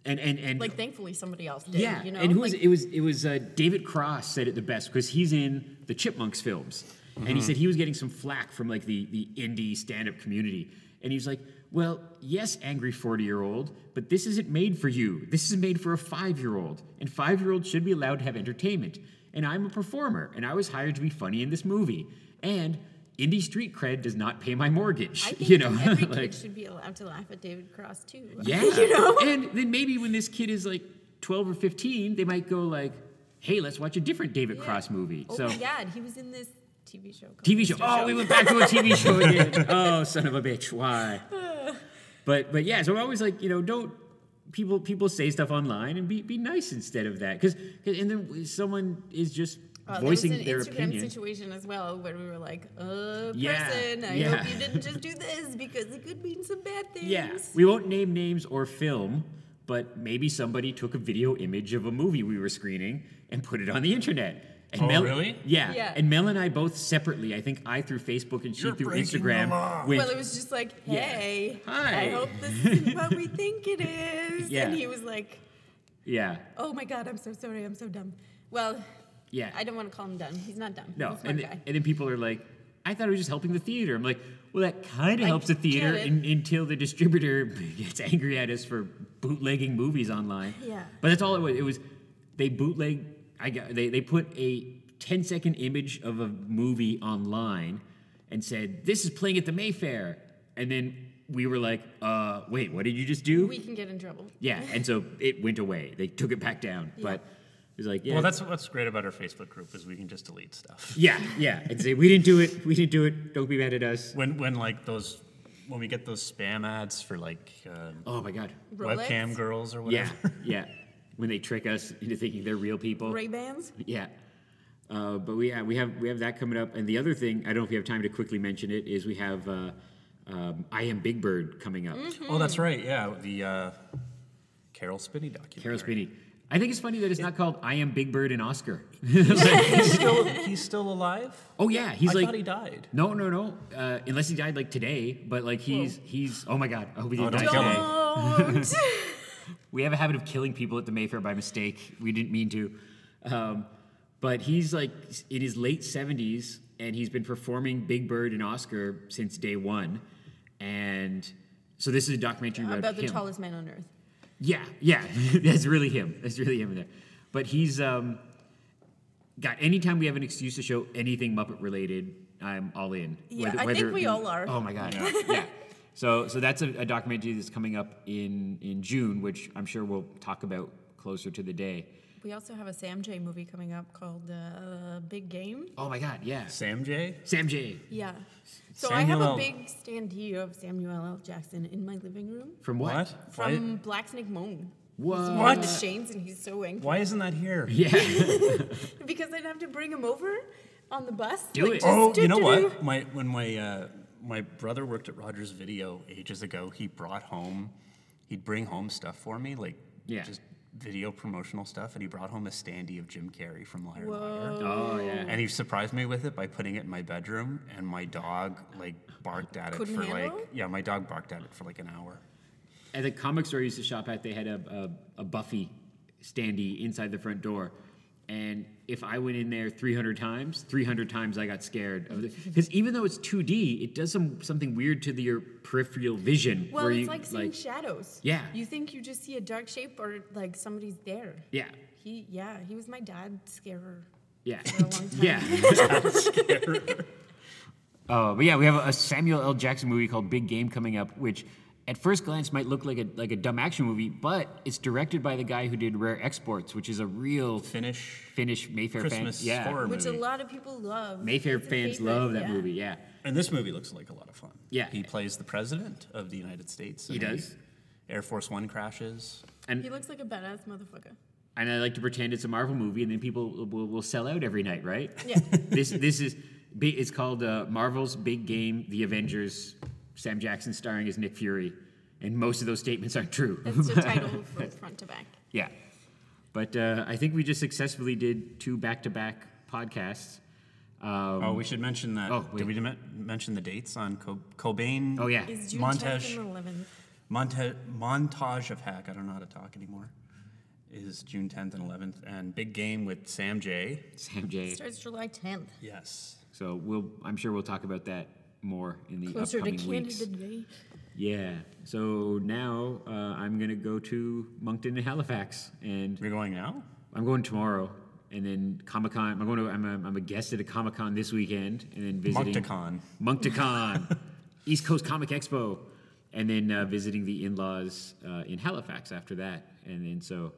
[SPEAKER 1] and and and
[SPEAKER 3] Like, thankfully, somebody else did.
[SPEAKER 1] yeah,
[SPEAKER 3] you know,
[SPEAKER 1] and who was
[SPEAKER 3] Like,
[SPEAKER 1] it was it was uh, David Cross said it the best because he's in the Chipmunks films, and he said he was getting some flack from like the the indie stand up community, and he was like, "Well, yes, angry forty year old, but this isn't made for you. This is made for a five year old, and five year olds should be allowed to have entertainment. And I'm a performer, and I was hired to be funny in this movie, and." Indie street cred does not pay my mortgage.
[SPEAKER 3] I think
[SPEAKER 1] you know,
[SPEAKER 3] every kid
[SPEAKER 1] like-
[SPEAKER 3] should be allowed to laugh at David Cross too.
[SPEAKER 1] yeah.
[SPEAKER 3] you know.
[SPEAKER 1] And then maybe when this kid is like 12 or 15, they might go like, "Hey, let's watch a different David
[SPEAKER 3] Yeah.
[SPEAKER 1] Cross movie."
[SPEAKER 3] Oh
[SPEAKER 1] so
[SPEAKER 3] my God, he was in this TV show. Called
[SPEAKER 1] TV show.
[SPEAKER 3] Mr.
[SPEAKER 1] Oh, we went back to a TV show again. Oh, son of a bitch. Why? But but yeah, so I'm always like, you know, don't people people say stuff online and be be nice instead of that cuz and then someone is just
[SPEAKER 3] Uh,
[SPEAKER 1] voicing
[SPEAKER 3] there was an
[SPEAKER 1] their
[SPEAKER 3] Instagram
[SPEAKER 1] opinion.
[SPEAKER 3] situation as well where we were like, uh,
[SPEAKER 1] Yeah,
[SPEAKER 3] person, I
[SPEAKER 1] yeah.
[SPEAKER 3] hope you didn't just do this because it could mean some bad things.
[SPEAKER 1] Yeah, we won't name names or film, but maybe somebody took a video image of a movie we were screening and put it on the internet. And
[SPEAKER 2] Oh, really?
[SPEAKER 1] Yeah.
[SPEAKER 3] Yeah.
[SPEAKER 1] And Mel and I both separately. I think I through Facebook and she
[SPEAKER 2] You're
[SPEAKER 1] through
[SPEAKER 2] breaking the law.
[SPEAKER 1] Instagram. Went,
[SPEAKER 3] Well, it was just like,
[SPEAKER 1] Yeah.
[SPEAKER 3] hey,
[SPEAKER 1] Hi.
[SPEAKER 3] I hope this isn't what we think it is.
[SPEAKER 1] Yeah.
[SPEAKER 3] And he was like,
[SPEAKER 1] yeah.
[SPEAKER 3] oh my God, I'm so sorry, I'm so dumb. Well,
[SPEAKER 1] Yeah.
[SPEAKER 3] I don't want to call him dumb. He's not dumb.
[SPEAKER 1] no.
[SPEAKER 3] He's a smart
[SPEAKER 1] And,
[SPEAKER 3] guy.
[SPEAKER 1] th- and then people are like, I thought it was just helping the theater. I'm like, well, that kind of
[SPEAKER 3] I
[SPEAKER 1] helps the theater
[SPEAKER 3] get it.
[SPEAKER 1] in, until the distributor gets angry at us for bootlegging movies online.
[SPEAKER 3] Yeah.
[SPEAKER 1] But that's all it was. It was they bootleg. I got they they put a 10 second image of a movie online and said this is playing at the Mayfair, and then we were like, uh, wait, what did you just do?
[SPEAKER 3] we can get in trouble.
[SPEAKER 1] yeah, and so it went away. They took it back down,
[SPEAKER 3] Yeah.
[SPEAKER 1] but it was like, yeah,
[SPEAKER 2] Well, that's what's great about our Facebook group is we can just delete stuff.
[SPEAKER 1] yeah, yeah, and say we didn't do it, we didn't do it. Don't be mad at us.
[SPEAKER 2] When when like those when we get those spam ads for like um
[SPEAKER 1] Oh my god.
[SPEAKER 3] Rolex,
[SPEAKER 2] webcam girls or
[SPEAKER 1] Yeah,
[SPEAKER 2] whatever.
[SPEAKER 1] yeah. When they trick us into thinking they're real people.
[SPEAKER 3] Ray Bans.
[SPEAKER 1] Yeah. Uh, but we yeah, we have we have that coming up, and the other thing I don't know if we have time to quickly mention it is we have uh, um, I am Big Bird coming up.
[SPEAKER 2] Oh, that's right. Yeah, the uh, Carol Spinney documentary.
[SPEAKER 1] Carol Spinney. I think it's funny that it's not called I am Big Bird and Oscar.
[SPEAKER 2] He's still, he's still alive.
[SPEAKER 1] Oh yeah, he's
[SPEAKER 2] I
[SPEAKER 1] like
[SPEAKER 2] thought he died.
[SPEAKER 1] no no no uh, unless he died like today, but like he's he's oh my god I hope he didn't
[SPEAKER 2] don't
[SPEAKER 1] die
[SPEAKER 2] kill him.
[SPEAKER 1] today.
[SPEAKER 3] Don't.
[SPEAKER 1] We have a habit of killing people at the Mayfair by mistake. We didn't mean to. Um, but he's like in his late 70s, and he's been performing Big Bird and Oscar since day one. And so this is a documentary about,
[SPEAKER 3] About the
[SPEAKER 1] him.
[SPEAKER 3] tallest man on earth.
[SPEAKER 1] Yeah, yeah, that's really him. That's really him in there. But he's um, got anytime we have an excuse to show anything Muppet related, I'm all in.
[SPEAKER 3] Yeah, I think
[SPEAKER 1] it
[SPEAKER 3] we
[SPEAKER 1] be-
[SPEAKER 3] all are.
[SPEAKER 1] Oh my god, yeah. So, so that's a, a documentary that's coming up in in June, which I'm sure we'll talk about closer to the day.
[SPEAKER 3] We also have a Sam J movie coming up called uh, Big Game.
[SPEAKER 1] Oh my god, yeah,
[SPEAKER 2] Sam J.
[SPEAKER 1] Sam J
[SPEAKER 3] Yeah. So I have
[SPEAKER 2] Samuel L.
[SPEAKER 3] a big standee of Samuel L. Jackson in my living room
[SPEAKER 1] from what?
[SPEAKER 2] Why,
[SPEAKER 3] from Black Snake Moan. He's
[SPEAKER 1] What?
[SPEAKER 3] wearing the chains and he's so angry
[SPEAKER 2] why isn't that here?
[SPEAKER 1] Yeah,
[SPEAKER 3] because I'd have to bring him over on the bus.
[SPEAKER 1] Do it.
[SPEAKER 2] Oh,
[SPEAKER 3] just
[SPEAKER 2] you know
[SPEAKER 3] do-do-do.
[SPEAKER 2] what? My when my uh, my brother worked at Rogers Video ages ago, he brought home, he'd bring home stuff for me, like
[SPEAKER 1] Yeah.
[SPEAKER 2] just video promotional stuff, and he brought home a standee of Jim Carrey from Liar Liar.
[SPEAKER 1] oh yeah.
[SPEAKER 2] And he surprised me with it by putting it in my bedroom, and my dog like barked at it
[SPEAKER 3] Couldn't
[SPEAKER 2] for
[SPEAKER 3] handle
[SPEAKER 2] like
[SPEAKER 3] it?
[SPEAKER 2] yeah, my dog barked at it for like an hour.
[SPEAKER 1] At the comic store I used to shop at, they had a, a, a Buffy standee inside the front door. And if I went in there 300 times, 300 times I got scared of it. Because even though it's 2D, it does some something weird to the, your peripheral vision.
[SPEAKER 3] Well,
[SPEAKER 1] where
[SPEAKER 3] it's
[SPEAKER 1] you,
[SPEAKER 3] like seeing shadows.
[SPEAKER 1] Yeah.
[SPEAKER 3] You think you just see a dark shape or like somebody's there.
[SPEAKER 1] Yeah,
[SPEAKER 3] He, yeah, he was my dad's scarer
[SPEAKER 1] yeah,
[SPEAKER 3] for a long time.
[SPEAKER 1] yeah. Uh, but yeah, we have a Samuel L. Jackson movie called Big Game coming up, which at first glance might look like a like a dumb action movie, but it's directed by the guy who did Rare Exports, which is a real
[SPEAKER 2] Finnish
[SPEAKER 1] Finnish Mayfair fan-
[SPEAKER 2] Christmas
[SPEAKER 1] Yeah,
[SPEAKER 2] horror
[SPEAKER 3] Which a
[SPEAKER 2] movie.
[SPEAKER 3] lot of people love.
[SPEAKER 1] Mayfair
[SPEAKER 3] It's a
[SPEAKER 1] fans
[SPEAKER 3] favorite,
[SPEAKER 1] love that
[SPEAKER 3] yeah.
[SPEAKER 1] movie. Yeah,
[SPEAKER 2] And this movie looks like a lot of fun.
[SPEAKER 1] Yeah.
[SPEAKER 2] He plays the president of the United States.
[SPEAKER 1] He
[SPEAKER 2] and
[SPEAKER 1] does.
[SPEAKER 2] Air Force One crashes.
[SPEAKER 1] and
[SPEAKER 3] He looks like a badass motherfucker.
[SPEAKER 1] and I like to pretend it's a Marvel movie, and then people will- will, will sell out every night, right?
[SPEAKER 3] Yeah.
[SPEAKER 1] this this is bi- it's called uh, Marvel's Big Game: The Avengers. Sam Jackson starring as Nick Fury, and most of those statements aren't true.
[SPEAKER 3] That's the title from front to back.
[SPEAKER 1] Yeah. But uh, I think we just successfully did two back to back podcasts. Um,
[SPEAKER 2] oh, we should mention that.
[SPEAKER 1] Oh, wait.
[SPEAKER 2] did we dem- mention the dates on Co- Cobain?
[SPEAKER 1] Oh, yeah.
[SPEAKER 3] Is June
[SPEAKER 2] Montage.
[SPEAKER 3] 10th and 11th.
[SPEAKER 2] Monta- montage of hack. I don't know how to talk anymore. Is June 10th and 11th, and big game with Sam J.
[SPEAKER 1] Sam J.
[SPEAKER 3] Starts July 10th.
[SPEAKER 2] Yes.
[SPEAKER 1] So we'll, I'm sure we'll talk about that more in the
[SPEAKER 3] Closer to
[SPEAKER 1] upcoming
[SPEAKER 3] Canada
[SPEAKER 1] weeks.
[SPEAKER 3] Day.
[SPEAKER 1] Yeah. So now uh, I'm going to go to Moncton and Halifax, and
[SPEAKER 2] We're going now.
[SPEAKER 1] I'm going tomorrow. And then Comic Con. I'm going to. I'm a, I'm a guest at a Comic Con this weekend, and then visiting
[SPEAKER 2] Moncton.
[SPEAKER 1] Moncton, East Coast Comic Expo, and then uh, visiting the in-laws uh, in Halifax after that. And then so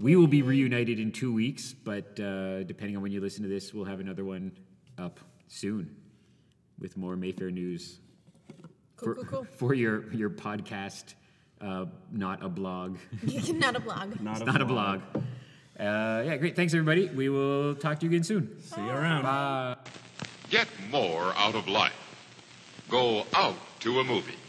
[SPEAKER 1] we will be reunited in two weeks, but uh, depending on when you listen to this, we'll have another one up soon with more Mayfair news
[SPEAKER 3] Cool, cool, cool.
[SPEAKER 1] for your your podcast, uh, not a blog.
[SPEAKER 3] Not a blog.
[SPEAKER 2] Not,
[SPEAKER 1] Not a blog. Uh, yeah, great. Thanks, everybody. We will talk to you again soon.
[SPEAKER 2] See you around.
[SPEAKER 4] Get more out of life. Go out to a movie.